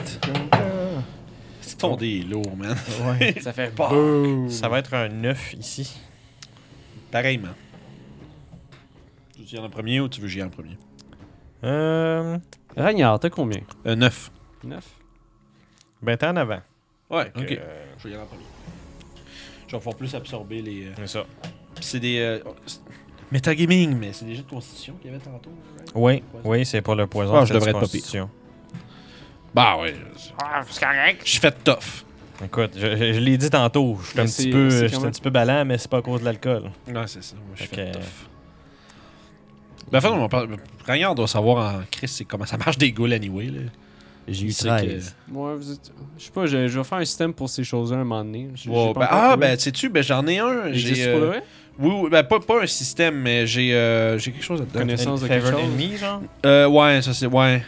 C'est ton dé est lourd, man. *laughs* Ouais. Ça fait peur. Ça va être un 9 ici. Pareillement. Tu veux y aller en premier ou tu veux que j'y aille en premier? Euh, Ragnard, t'as combien 9. 9. ben, t'es en avant. Ouais, Fait que, ok. euh, Je vais y aller en premier. Je vais pouvoir plus absorber les. euh, c'est ça. Pis c'est des. Euh, oh, c'est- Metagaming, mais c'est des jeux de constitution qu'il y avait tantôt. right? Oui, Poison. oui, c'est pour le poison. Ah, je c'est devrais du être pas pire. constitution. Bah ouais. Ah, Je suis fait tough. Écoute, je, je- je l'ai dit tantôt, je suis Mais un petit c'est- peu, c'est quand je suis un même- petit peu ballant, mais c'est pas à cause de l'alcool. Ouais, c'est ça. Moi, je suis Fait fait que- tough. Ben, en fait, on va parler- Ragnar doit savoir en Chris c'est comment ça marche des ghouls anyway. Là. J'ai Il eu sait que- 13. Moi, vous êtes- Je sais pas, je, je vais faire un système pour ces choses-là un moment donné. J'ai- Ouais, j'ai pas ben, encore ah, trouvé. ben, sais-tu, ben, j'en ai un. Il J'ai. existe pour le euh, vrai? oui, oui, ben, pas, pas un système, mais j'ai euh, j'ai quelque chose là-dedans. Connais- Connaissance de Favor quelque chose? Enemy, genre? Euh, ouais, ça c'est. Ouais.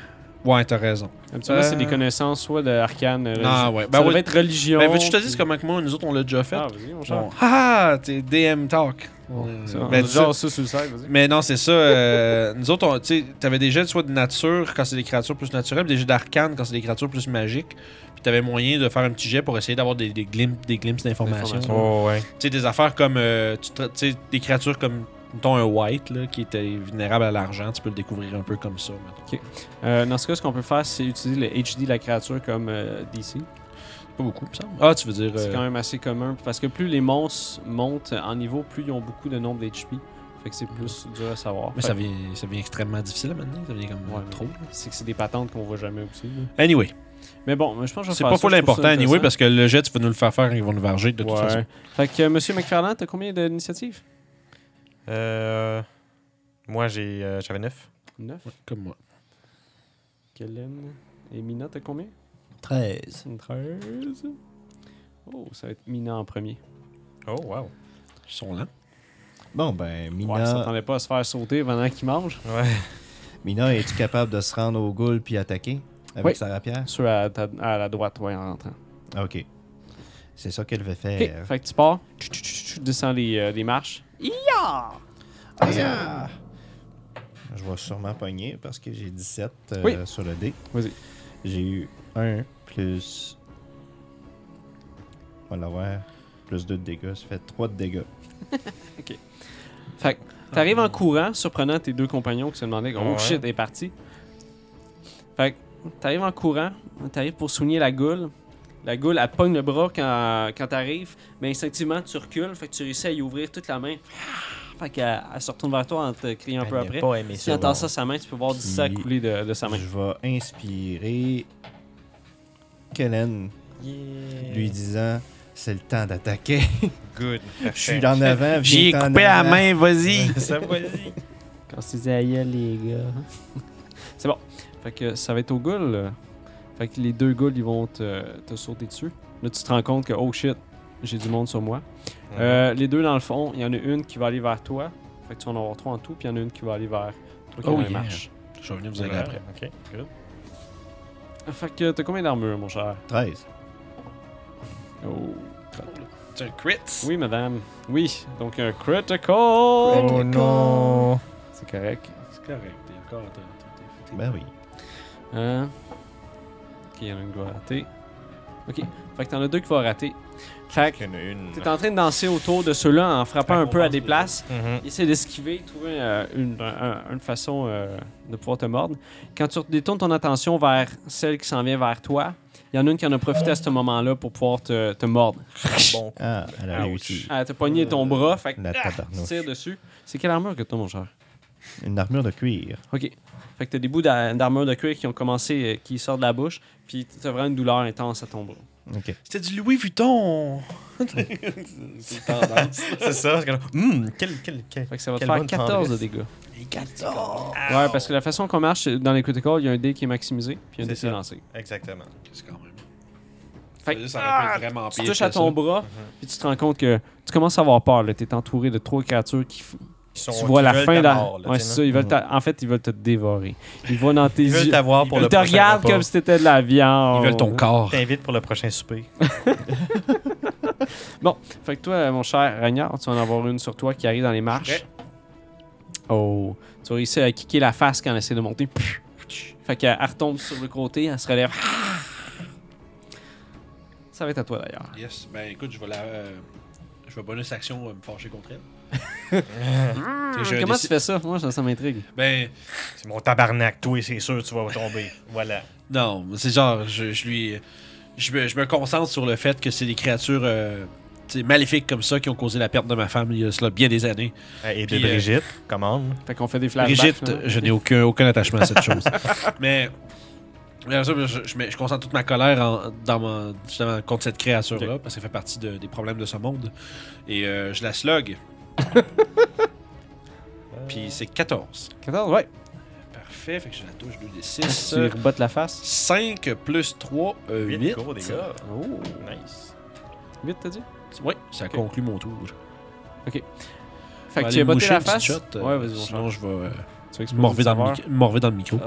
Ouais, t'as raison. Habituellement, c'est des euh, connaissances soit d'arcane, religion. Ah, ouais. ça Ben, va ouais. être religion. Ben, veux-tu que je te dise puis- comment que moi, nous autres, on l'a déjà fait? Ah, vas-y, mon cher. Bon, ah, ah, t'es DM Talk. Euh, Ça, on ben, a ça- genre ça sur le site, vas-y. Mais non, c'est ça. euh, nous autres, on- tu sais, t'avais des jets soit de nature quand c'est des créatures plus naturelles, puis des jets d'arcane quand c'est des créatures plus magiques. Puis t'avais moyen de faire un petit jet pour essayer d'avoir des, des glimpses, des glimpses d'informations. D'informations. Oh, ouais. Tu sais, des affaires comme, euh, tu tra- tu sais, des créatures comme, mettons, un white là, qui était vulnérable à l'argent, tu peux le découvrir un peu comme ça. mettons. Euh, dans ce cas, ce qu'on peut faire, c'est utiliser le HD de la créature comme euh, DC. Pas beaucoup, il me semble. Ah, tu veux dire. C'est euh, quand même assez commun. Parce que plus les monstres montent en niveau, plus ils ont beaucoup de nombre d'HP. Fait que c'est plus dur à savoir. mais Fait ça que- devient, ça devient extrêmement difficile maintenant. Ça devient comme Ouais, mais- trop. C'est que c'est des patentes qu'on voit jamais aussi. là. Anyway, Mais bon, moi, je pense que je vais c'est faire pas ça, je pour trouve l'important, ça anyway, intéressant. parce que le jet, tu vas nous le faire faire, ils vont nous varger de toute Ouais. façon. Fait que, euh, monsieur McFarland, t'as combien d'initiatives Euh, moi, j'ai, euh, j'avais 9. 9. Comme moi. Kellen et Mina, t'as combien 13. Une 13. Oh, ça va être Mina en premier. Oh, wow. Ils sont lents. Bon, ben, Ouais, ça Mina, s'attendait pas à se faire sauter pendant qu'il mange. Ouais. Mina es-tu capable de se rendre au goule puis attaquer avec Oui. sa rapière? Sur à, ta- à la droite, ouais, en rentrant. Ah, Ok. C'est ça qu'elle veut Ok, faire. fait que tu pars, tu, tu, tu, tu descends les, euh, les marches. Ah, ça- Je vais sûrement pogner parce que j'ai 17 euh, Oui. sur le dé. Vas-y. J'ai eu 1 plus. On va l'avoir. Plus 2 de dégâts. Ça fait 3 de dégâts. Fait que t'arrives en courant, surprenant tes deux compagnons qui se demandaient Oh Ouais. shit, elle est partie. Fait que t'arrives en courant, t'arrives pour soigner la goule. La goule, elle pogne le bras quand, quand t'arrives, mais instinctivement, tu recules. Fait que tu réussis à y ouvrir toute la main. Fait qu'elle elle se retourne vers toi en te criant un peu après. pas aimé Si elle tasse ça sa main, tu peux voir du Puis- sang couler de, de sa main. Je vais inspirer Kellen, lui disant c'est le temps d'attaquer. Good. Je suis en avant. J'y ai viens-t'en coupé la avant. main, vas-y. Ça, vas-y. Quand tu disais aïe les gars. *laughs* c'est bon. Fait que ça va être au goul. là. Fait que les deux gouls, ils vont te, te sauter dessus. Là, tu te rends compte que oh shit, j'ai du monde sur moi. Euh, les deux dans le fond, il y en a une qui va aller vers toi. Fait que tu vas en avoir trois en tout, puis il y en a une qui va aller vers toi qui Oh est dans les yeah. marches. Je vais venir vous Ouais, aider après. Ok, good. Fait que t'as combien d'armure, mon cher 13. Oh. C'est un crit. Oui, madame. Oui, donc un critical. Oh non. C'est correct. C'est correct. T'es encore. t'es- t'es- t'es- Ben oui. Hein? Ok, il y en a une qui va rater. Ok, fait que t'en as deux qui vont rater. Fait que Il y en a une. t'es en train de danser autour de ceux-là en frappant Fait un qu'on peu à pense des des- places. *laughs* Mhm. Essaye d'esquiver, trouver euh, une, un- un- une façon euh, de pouvoir te mordre. Quand tu détournes ton attention vers celle qui s'en vient vers toi, il y en a une qui en a profité à ce moment-là pour pouvoir te, te mordre. Bon. Ah, elle a Ouch. réussi. Elle t'a pogné ton bras, fait que La ah, tu tabarnouche. tires dessus. C'est quelle armure que t'as, mon cher? Une armure de cuir. OK. Fait que t'as des bouts d'a- d'armure de cuir qui ont commencé, euh, qui sortent de la bouche, puis t'as vraiment une douleur intense à ton bras. Ok. C'était du Louis Vuitton. c'est tendance. C'est ça. c'est que- Hum, quel, quel, quel. Fait que ça va te Quelle faire bonne 14 de tendresse. dégâts. Les 14. Ouais, parce que la façon qu'on marche c'est- dans les critical, il y a un dé qui est maximisé, puis il y a un C'est dé qui est ça. lancé. Exactement. C'est quand même. Fait Euh, que, Ça, ça aurait pu ah, être vraiment tu pire touches que à ton ça. bras, Mhm. puis tu te rends compte que tu commences à avoir peur. Tu es entouré de trois créatures qui, f- Ils sont- tu vois ils la veulent fin. ta Là. mort, là, Ouais, tu c'est sais, là. Mm-hmm. ça, ils veulent t'a- En fait, ils veulent te dévorer. Ils vont dans tes Ils veulent yeux. t'avoir pour Ils le te prochain regardent repas. comme si t'étais de la viande. Ils veulent ton corps. T'invites pour le prochain souper. Fait que toi, mon cher Ragnard, tu vas en avoir une sur toi qui arrive dans les marches. Oh. Tu vas réussir à kicker la face quand elle essaie de monter. Fait qu'elle elle retombe sur le côté, elle se relève. Ça va être à toi d'ailleurs. Yes, ben écoute, je vais la. euh, je vais bonus action euh, me fâcher contre *laughs* elle. Tu sais, j'ai un Comment déci- tu fais ça? Moi, ça, ça m'intrigue. Ben, C'est mon tabarnak, toi, c'est sûr, tu vas tomber. *laughs* Voilà. non, c'est genre, je, je lui. Je me, je me concentre sur le fait que c'est des créatures euh, tu sais, maléfiques comme ça qui ont causé la perte de ma femme il y a cela bien des années. Euh, Et de Puis, euh, Brigitte, commande. Fait qu'on fait des flashbacks. Brigitte, finalement. je n'ai aucun, aucun attachement à cette chose. *laughs* Mais. mais ça, je, je mets- je concentre toute ma colère en- dans mon- justement, contre cette créature-là, parce qu'elle fait partie de- des problèmes de ce monde. Et euh, je la slug. Puis c'est 14. 14, ouais. Parfait, fait que je la touche 2 Tu des 6. rebottes la face. 5 plus euh, 3, 8. Go, des gars. Oh. Nice. 8, t'as dit? Oui, ça conclut mon tour. Fait que Je vais tu aller as botté moucher la une petite face. shot, euh, ouais, vas-y, mon cher. Sinon, je vais euh, Tu vas exploser morver le dans, serveur. le mic- morver dans le micro.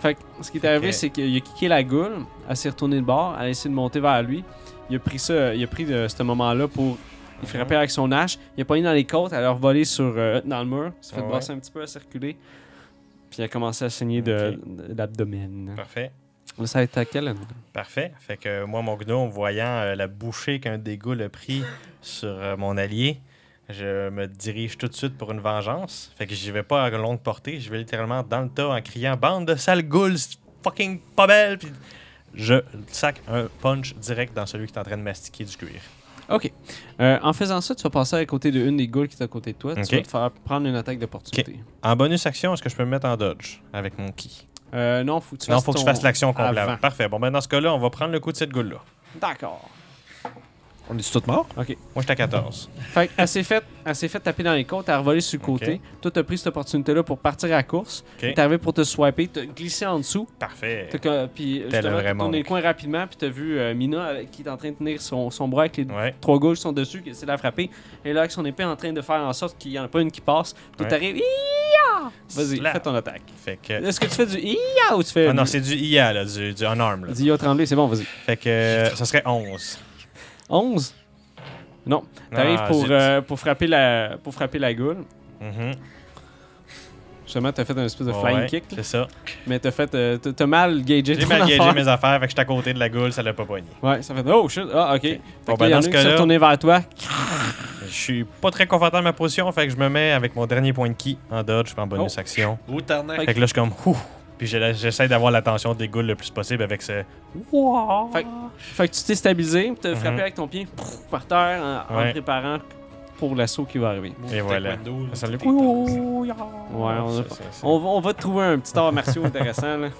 Fait que ce qui est arrivé, que- c'est qu'il a kické la goule, elle s'est retournée de bord, elle a essayé de monter vers lui. Il a pris ça, il a pris de, ce moment-là pour il frapper avec son hache. Il a pogné dans les côtes, elle a revolé sur, euh, dans le mur, s'est fait Ouais. brasser un petit peu à circuler. Puis elle a commencé à saigner de, de l'abdomen. Parfait. Ça a été à quelle Parfait. Fait que moi, mon gnom, voyant euh, la bouchée qu'un des gars a pris sur euh, mon allié, je me dirige tout de suite pour une vengeance. Fait que j'y vais pas à longue portée. Je vais littéralement dans le tas en criant Bande de sales ghouls, c'est fucking pas belle. Puis je sac un punch direct dans celui qui est en train de mastiquer du cuir. Ok. Euh, en faisant ça, tu vas passer à côté d'une des goules qui est à côté de toi. Ok. Tu vas te faire prendre une attaque d'opportunité. En bonus action, est-ce que je peux me mettre en dodge avec mon ki Euh, non, faut que tu Non, fasses faut que je ton- fasse l'action complète. avant. Parfait. Bon, ben dans ce cas-là, on va prendre le coup de cette goule-là. D'accord. On est tous morts? Ok. Moi, j'étais à 14. Fait qu'elle s'est faite fait taper dans les côtes, elle a revolé sur le côté. Toi, t'as pris cette opportunité-là pour partir à la course. Ok. Eh, T'es arrivé pour te swiper, t'as glissé en dessous. Parfait. T'as que- Puis justement, vrai t'as tourné le monk. coin rapidement, puis t'as vu euh, Mina avec- qui est en train de tenir son, son bras avec les Ouais. trois gauches qui sont dessus, qui essaie de la frapper. Et là, avec son épée en train de faire en sorte qu'il n'y en a pas une qui passe. Toi, Ouais. t'arrives. Hi-ya! Vas-y, Slap. fais ton attaque. Fait que. Est-ce que tu fais du Iya ou tu fais. Ah non, c'est du IA, là, du, du unarmed. Là. Dis Yo tremblé, c'est bon, vas-y. Fait que euh, ça serait 11. 11 Non. T'arrives Ah, pour, zut. euh, pour, frapper la, pour frapper la goule. Mhm. Justement, t'as fait un espèce de Ouais, flying kick. là. C'est ça. Mais t'as fait. euh, t'as t'as mal gaugé J'ai ton mal gagé affaire. mes affaires, fait que j'étais à côté de la goule, ça l'a pas poigné. Ouais, ça fait. Oh shit, ah ok. Fait Bon, que ben, là, y en dans a ce un qui s'est cas-là- retourné vers toi. Je suis pas très confortable dans ma position, fait que je me mets avec mon dernier point de ki en dodge, en Oh. bonus action. Au tarnac. Fait Fait que là, je suis comme ouh. Puis je la- j'essaie d'avoir l'attention des goules le plus possible avec ce. Fait, que- fait que tu t'es stabilisé, puis t'as frappé Mhm. avec ton pied pouf, par terre en, en Ouais, préparant pour l'assaut qui va arriver. Mon Et voilà. taekwondo, là. Ça l'a Ouais, on, a- Ça, ça, ça. on va, on va te trouver un petit art *laughs* martiaux intéressant. Là.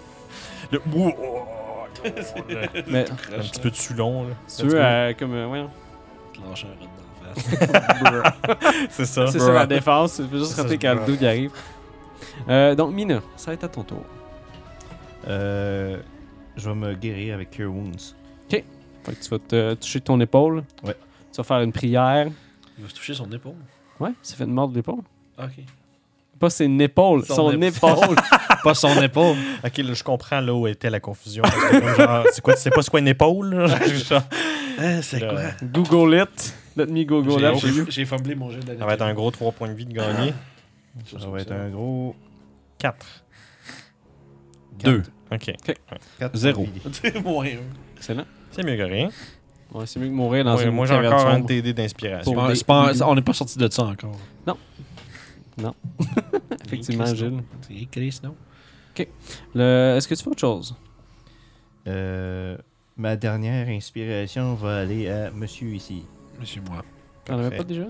Le ouh, oh, oh, là. *laughs* Mais un petit peu dessus long. Là. si tu veux, euh, comme. euh, voyons. Te lâcher un rod dans la face. C'est ça. C'est ça la défense, tu peux juste Ça, rater c'est quand le bruh. dos qui arrive. Euh, donc, Mina, ça va être à ton tour. Euh, je vais me guérir avec Cure Wounds. Fait que tu vas te toucher ton épaule. Ouais. Tu vas faire une prière. *laughs* Il va se toucher son épaule. Ouais, c'est fait de mort de l'épaule. Ok. Pas c'est une épaule, son, Son épaule. *laughs* Pas son épaule. *laughs* Ok, là, je comprends là où était la confusion. Parce que, comme, genre, c'est quoi, tu sais pas c'est quoi une épaule? là? Genre, c'est là, Google it. Let me Google it. for you. J'ai- J'ai fumblé mon jeu de la Ça va être un gros 3 points de vie de gagner. Ça va être un gros 4. Deux. Ok. 4 Zéro. *laughs* Moins un. Excellent. C'est mieux que rien. Ouais, c'est mieux que mourir dans Ouais, une moi, j'ai caverne encore un sombre. TD d'inspiration. C'est Pour pas- des- c'est pas- on n'est pas sorti de ça encore. *laughs* Non. Effectivement, Chris, Gilles. C'est rien, Chris, non? Le- Est-ce que tu fais autre chose? Euh, ma dernière inspiration va aller à monsieur ici. Monsieur moi. T'en avais pas déjà?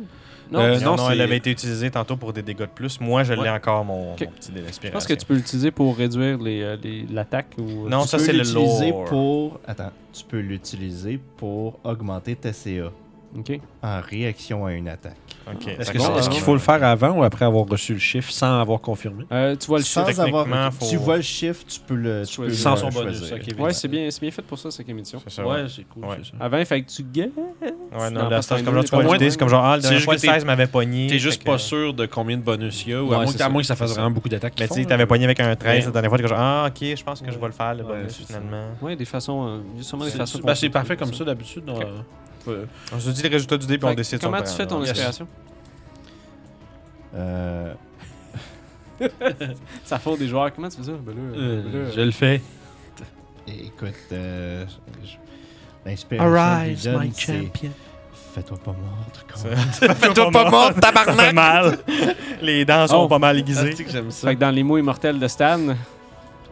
Non. Euh, non, non, non, elle c'est- avait été utilisée tantôt pour des dégâts de plus. Moi, je l'ai Ouais. encore, mon, Ok. mon petit dé je d'inspiration. pense que tu peux l'utiliser pour réduire les, euh, les- l'attaque ou... euh, Non, tu ça, peux c'est le l'utiliser lore. pour. Attends, tu peux l'utiliser pour augmenter ta CA. OK. en réaction à une attaque. Ok. Est-ce Fait que D'accord. c'est- est-ce qu'il faut le faire avant ou après avoir reçu le chiffre sans avoir confirmé? Euh, tu vois le Sans chiffre. avoir, techniquement, faut- Tu vois le chiffre, tu peux le tu peux Choisir. le Sans son choisir. bonus, ok. Ouais, c'est bien, c'est bien fait pour ça, cette émission. c'est ça, ouais. c'est cool, Ouais. c'est ça. Avant, il fallait que tu gagnes. dans Ouais, non, là, Pathfinder, il c'est comme là, y a tu vois, pas une moins idée, de- c'est comme genre, ah, le dernier juste fois, que le t'es- 16 m'avait pogné. T'es juste fait pas que- sûr de combien de bonus il y a, ou Ouais, à moins c'est que- à ça. moins que ça fasse C'est ça. vraiment beaucoup d'attaques. Mais qu'ils tu sais, euh, font, t'avais pogné avec un 13 Ouais. la dernière fois, t'es genre, ah, ok, je pense que je vais le faire, le Ouais, bonus, c'est ça. finalement. Ouais, des façons. euh, il y a sûrement des C'est- façons. c'est- ben, c'est parfait comme ça d'habitude. dans- euh, On se dit les résultats du dé, puis on décide si on Comment le tu prend, fais ton là. Yes. inspiration Euh, Ça faute des joueurs. Comment tu fais ça Ben là, euh, ben là, je le fais. écoute, euh, je- l'inspiration du jeune, c'est fais-toi pas mordre. con. Fais-toi pas mort, tabarnak! *laughs* Ça fait mal. Les dents sont Oh. pas mal Ah, aiguisées. c'est que j'aime ça. Fait que dans les mots immortels de Stan,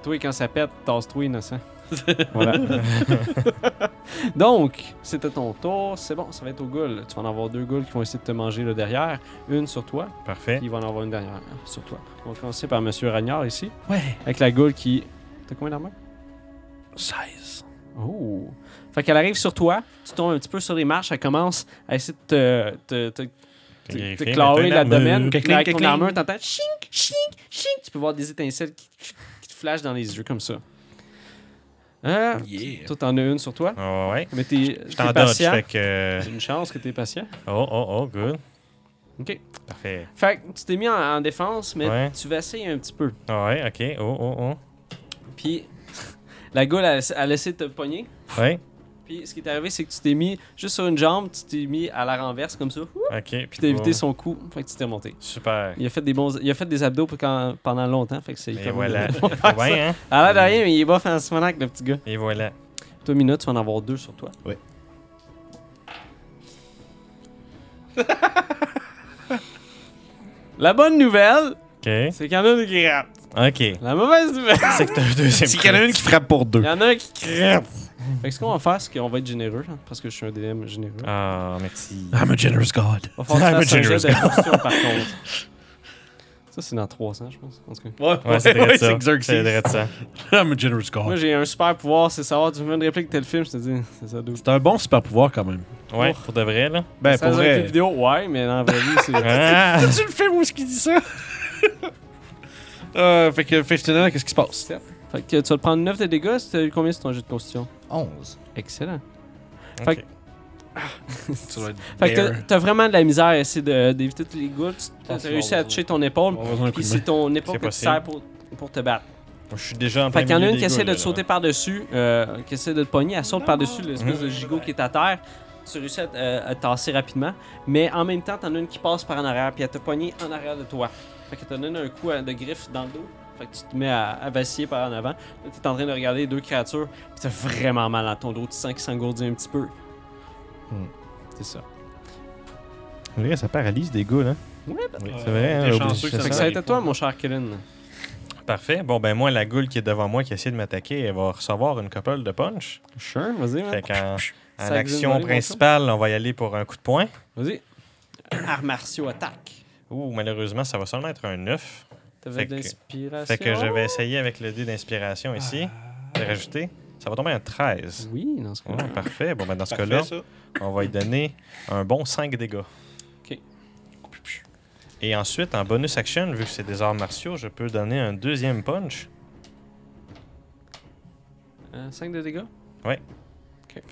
toi quand ça pète, tasse-toi *laughs* innocent. voilà. *laughs* Donc, c'était ton tour. C'est bon, ça va être au goul. Tu vas en avoir deux ghouls qui vont essayer de te manger là derrière. Une sur toi, Parfait. puis ils vont en avoir une dernière sur toi. On va commencer par Monsieur Ragnard ici. Ouais. Avec la goule qui. T'as combien d'armure 16. Oh! Fait qu'elle arrive sur toi, tu tombes un petit peu sur les marches, elle commence à essayer de te, te, te, te- Griffer, te mais clarer t'as une l'abdomen. armure. Puis Cling, Avec cling, ton cling. armure, t'entends chink, chink, chink. Tu peux voir des étincelles qui, qui te flashent dans les yeux comme ça. Hein? Yeah. Toi, t'en as une sur toi, Ouais, ouais. mais t'es Je t'es t'en dodge, patient. fait que. euh, C'est une chance que t'es patient. Oh, oh, oh, good. OK. Parfait. Fait que tu t'es mis en, en défense, mais Ouais. tu vas essayer un petit peu. Ouais, ok. Oh, oh, Puis *laughs* la goule, elle, elle essaie de te pogner. oh. Ouais. Puis ce qui est arrivé, c'est que tu t'es mis juste sur une jambe, tu t'es mis à la renverse comme ça. Ok. Puis Puis t'as évité son coup, fait que tu t'es remonté. Super. Il a fait des bons, il a fait des abdos pour quand- pendant longtemps, fait que c'est. Et comme- Ben voilà. *laughs* on va faire Trop ça. bien, hein? À l'air de rien, mais Ah, il est bof en ce moment avec le petit gars. Et voilà. Toi, Mina, tu vas en avoir deux sur toi. Ouais. La bonne nouvelle, Ok. c'est qu'il y en a une qui grappe. Ok. La mauvaise nouvelle, C'est que t'as un deuxième. C'est qu'il y en a une qui frappe pour deux. il y en a un qui grappe. Fait que ce qu'on va faire, c'est qu'on va être généreux, hein, parce que je suis un DM généreux. Ah, merci. I'm a generous god. On va falloir que tu fasses un I'm a jet de constitution, par contre. Ça, c'est dans 300, je pense. En tout cas. Ouais, Ouais, c'est ouais, direct c'est ça. Xerxes. C'est direct ça. *laughs* I'm a generous Moi, god. j'ai un super pouvoir, c'est savoir, tu me fais une réplique de tel film, je te dis, c'est ça, d'où. C'est un bon super pouvoir quand même. Ouais, pour de vrai, là. Ben, ça pour dans un jeu vrai. vidéo, ouais, mais dans la vraie vie, c'est. Ah! tu le film où est-ce qu'il dit ça? *laughs* euh, fait que Festina, qu'est-ce qui se passe? Fait que tu vas te prendre 9 de dégâts, si t'as eu combien sur ton jeu de constitution 11. Excellent. Fait que- Ok. Fait que t'as- t'as vraiment de la misère à essayer de- d'éviter tous les gouttes. Tu- T'as Passe réussi mon à besoin. toucher ton épaule, Mon besoin d'un coup puis de c'est main. ton épaule que C'est tu possible. sers pour, pour te battre. Je suis déjà en plein Fait qu'il y en a milieu une des qui essaie de goules, te là, sauter par-dessus, euh, qui essaie de te pogner, elle saute par-dessus l'espèce de gigot qui est à terre. Tu réussis à, t- euh, à te tasser rapidement, mais en même temps, t'en as une qui passe par en arrière, puis elle te pogner en arrière de toi. Fait que t'en donne un coup euh, de griffe dans le dos. Fait que tu te mets à, à vaciller par en avant. Là, t'es en train de regarder les deux créatures, puis t'as vraiment mal à ton dos. Tu sens qu'il s'engourdit un petit peu. Hmm. C'est ça. En vrai, ça paralyse des gars, hein? Ouais, Oui, Ouais, c'est vrai. t'es hein, chanceux au- que Fait que ça soit ça va arrive être à toi, mon cher Kellen. Parfait. Bon, ben moi, la goule qui est devant moi, qui essaie de m'attaquer, elle va recevoir une couple de punch. Sure, vas-y, man. Fait qu'en en Ça existe, action allez, mon principale, on va y aller pour un coup de poing. Vas-y. Arts martiaux attaque. Ouh, malheureusement, ça va seulement être un 9. T'avais Fait de que- l'inspiration. Fait que je vais essayer avec le dé d'inspiration ici, Ah. de rajouter. Ça va tomber un 13. Oui, dans ce Ouais, cas-là. parfait. Bon, ben dans ce Parfait, cas-là, ça. on va lui donner un bon 5 dégâts. Ok. Et ensuite, en bonus action, vu que c'est des arts martiaux, je peux donner un deuxième punch. 5 Euh, de dégâts.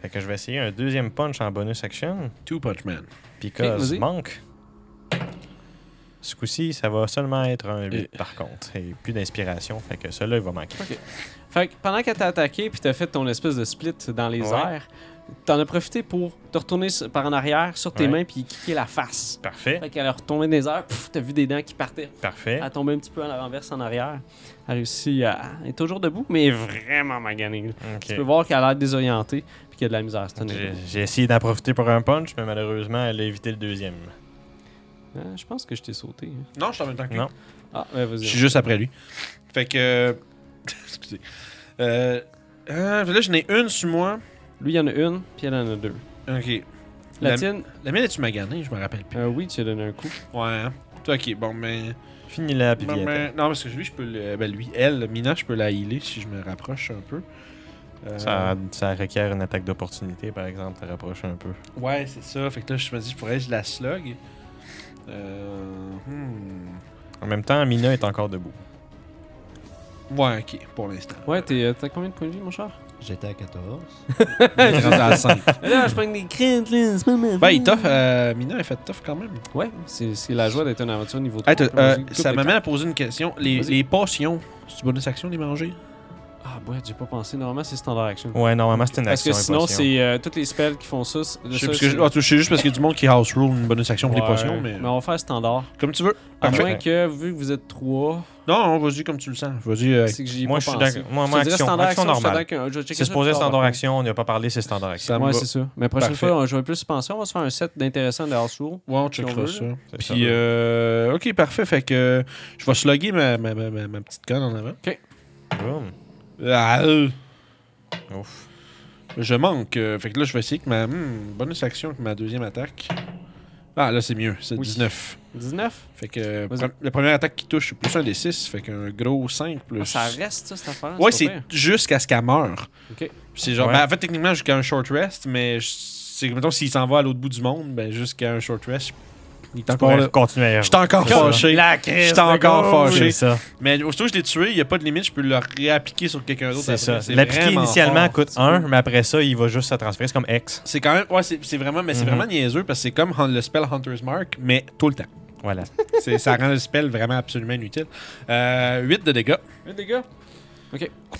Fait que je vais essayer un deuxième punch en bonus action. Two Punch Man. Because vas-y. manque. Ce coup-ci, ça va seulement être un 8 Et- par contre. Et plus d'inspiration, fait que celui-là, il va manquer. Fait que pendant qu'elle t'a attaqué puis t'as fait ton espèce de split dans les Ouais. airs, t'en as profité pour te retourner sur- par en arrière sur tes Ouais. mains puis kicker la face. Parfait, Fait Ah, qu'elle a retombé dans les airs, pff, t'as vu des dents qui partaient. parfait. Elle a tombé un petit peu à la renverse en arrière. Elle a réussi à. Elle est toujours debout, mais vraiment maganée. là. Ok. Tu peux voir qu'elle a l'air désorientée puis qu'il y a de la misère à se tenir. J'ai j'ai essayé d'en profiter pour un punch, mais malheureusement, elle a évité le deuxième. Euh, je pense que je t'ai sauté. hein. Non, je suis en même temps que lui. Non. Ah, ben Je vas-y. suis juste après lui. Fait que. euh, *laughs* Excusez. Euh, euh, là, j'en ai une sur moi. Lui, il y en a une, puis elle en a deux. Ok. La, La- tienne, La mienne est-tu maganée Je me rappelle plus. euh, oui, tu as donné un coup. Ouais. hein. Ok, bon, mais. Finis-la, puis Bon, viens. mais- Non, parce que lui, je peux le. Ben, lui, elle, Mina, je peux la healer si je me rapproche un peu. Euh, Ça, ça requiert une attaque d'opportunité, par exemple, te rapprocher un peu. Ouais, c'est ça. Fait que là, je me dis, je pourrais je la slug. Euh, hmm. En même temps, Mina est encore debout. Ouais, ok, pour l'instant. Ouais, t'es, euh, t'as combien de points de vie, mon cher? J'étais à 14. *laughs* Je suis rendu à 5. *laughs* là, je prends des crêtes, là. C'est pas ma Ben, il tough, euh, Mina, elle fait tough quand même. Ouais, c'est, c'est la joie d'être un aventure niveau 3. Hey, t'as- euh, ça m'amène à poser une question. Les, Vas-y. les potions, c'est bonus action de les manger Ah, ouais, j'ai pas pensé. Normalement, c'est standard action. Ouais, normalement, c'est une Parce action. que sinon, impossible. c'est euh, toutes les spells qui font ça. c'est- Je ça, sais, parce c'est- que- Ah, en tout cas, je ah, sais juste parce qu'il y a du monde qui house rule une bonus action pour Ouais, les potions, mais on va faire standard. comme tu veux. À Parfait. moins que, vu que vous êtes 3, Non, vas-y comme tu le sens. Vas-y. euh, c'est que j'y ai moi, pas je suis pensé. d'accord. Moi, Je moi, te dirais action- standard action action, je suis normale. d'accord. Je vais checker C'est ça supposé plus tard, standard par action, on n'y a pas parlé, c'est standard action. ça me contre. Ouais, va. c'est ça. Mais la prochaine Parfait. fois, je vais plus penser. On va se faire un set d'intéressant de house rule. Ouais, on si on checkera veut, ça. là. C'est ça. Puis, euh, ok, parfait. Fait que euh, je vais slugger ma, ma, ma, ma- ma petite conne en avant. Boom. Ah, euh, Ouf. je manque. euh, fait que là, je vais essayer que ma hmm, bonus action, que ma deuxième attaque. Ah, là, c'est mieux. C'est Oui. 19. 19 Fait que euh, Vas-y. pre- la première attaque qui touche, c'est plus un des 6. Fait qu'un gros 5 plus. Ah, Ça reste, ça, cette affaire. ouais, pas c'est pire. jusqu'à ce qu'elle meure. Ok. C'est genre, Ouais. ben, en fait, techniquement, jusqu'à un short rest, mais je- c'est que, mettons, s'il s'en va à l'autre bout du monde, ben, jusqu'à un short rest, je- il est encore là. Continuer. à- Je suis encore C'est ça. fâché. Je suis encore fâché. C'est ça. Mais aussitôt que je l'ai tué, il n'y a pas de limite, je peux le réappliquer sur quelqu'un d'autre. C'est après. ça. L'appliquer vraiment initialement fort. coûte 1, mais après ça, il va juste se transférer. C'est comme X. C'est quand même. Ouais, c'est c'est vraiment. Mais c'est Mhm. vraiment niaiseux parce que c'est comme han- le spell Hunter's Mark, mais tout le temps. Voilà. C'est- ça rend le spell vraiment absolument inutile. Euh, 8 de dégâts. Un dégât.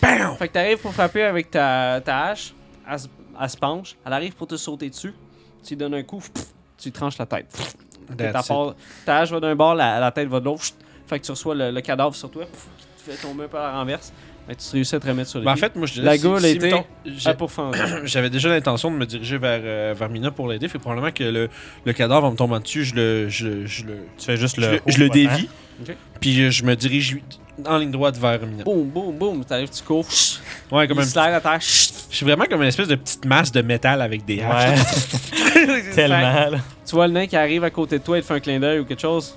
Pow! Fait que t'arrives pour frapper avec ta, ta hache, elle, se- elle se penche, elle arrive pour te sauter dessus, tu lui donnes un coup, pff, tu lui tranches la tête. Pff, That's ta, it. part- ta hache va d'un bord, la, la tête va de l'autre, pff, fait que tu reçois le, le cadavre sur toi, pff, qui te fait tomber un peu à la renverse, fait que tu réussis à te remettre sur les Ben, en pieds. fait, euh, moi, je La si- goule si, était mettons, j'ai- Ah, pour fendre. *coughs* *clears throat* J'avais déjà l'intention de me diriger vers, euh, vers Mina pour l'aider. Fait probablement que le, le cadavre va me tomber dessus. Je le, je, je le, Tu fais juste je le, le. je le dévie. Ok. Puis euh, je me dirige en ligne droite vers Mina. boum, boum, boum, t'arrives, tu cours, pff, Ouais, comme il un se lève à terre, pff, Je suis vraiment comme une espèce de petite masse de métal avec des haches. *laughs* Ouais, *laughs* tellement. là. tu vois le nain qui arrive à côté de toi, il te fait un clin d'œil ou quelque chose.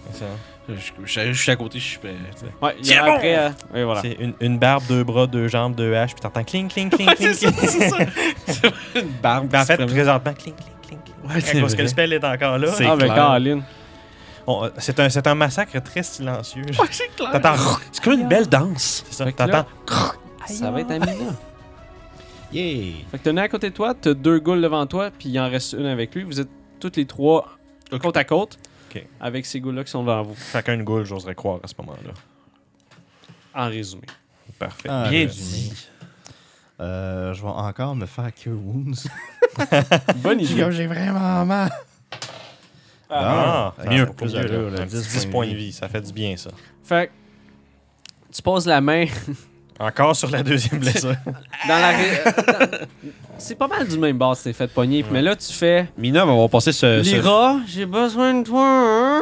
Je, je- je suis à côté, je suis. euh, *laughs* Ouais, il est Tiens bon! après, euh, oui, voilà. C'est une, une barbe, deux bras, deux jambes, deux haches, puis t'entends cling, cling, cling, cling. c'est cling. ça, une barbe. Ben, en fait, qui se présentement, cling, cling, cling. cling. Ouais, c'est À cause vrai. que le spell est encore là. C'est ah, mais clair. Caroline. On- euh, C'est un, c'est un massacre très silencieux. promène. Ouais, c'est clair. T'entends. C'est comme une belle danse. C'est ça. Fait que là- T'entends. Ça va être Amina. Yeah! Fait que t'en as à côté de toi, t'as deux goules devant toi, puis il en reste une avec lui. Vous êtes toutes les trois Ok. côte à côte Ok. avec ces goules-là qui sont devant vous, Chacun une goule, j'oserais croire à ce moment-là. en résumé. Parfait. Ah, Bien résumé. Euh, je vais encore me faire cure wounds. Bonne idée. J'ai vraiment mal. Ah, Bon, mieux. ça fait plus d'allure, là. Un petit 10 points de vie, ça fait du bien, ça. Fait que tu poses la main Encore sur la *laughs* deuxième blessure. dans la. ré- dans- *laughs* C'est pas mal du même bord, c'est fait pogner. Mais là, tu fais. Mina va avoir passé ce. ce- Lira, j'ai besoin de toi. hein?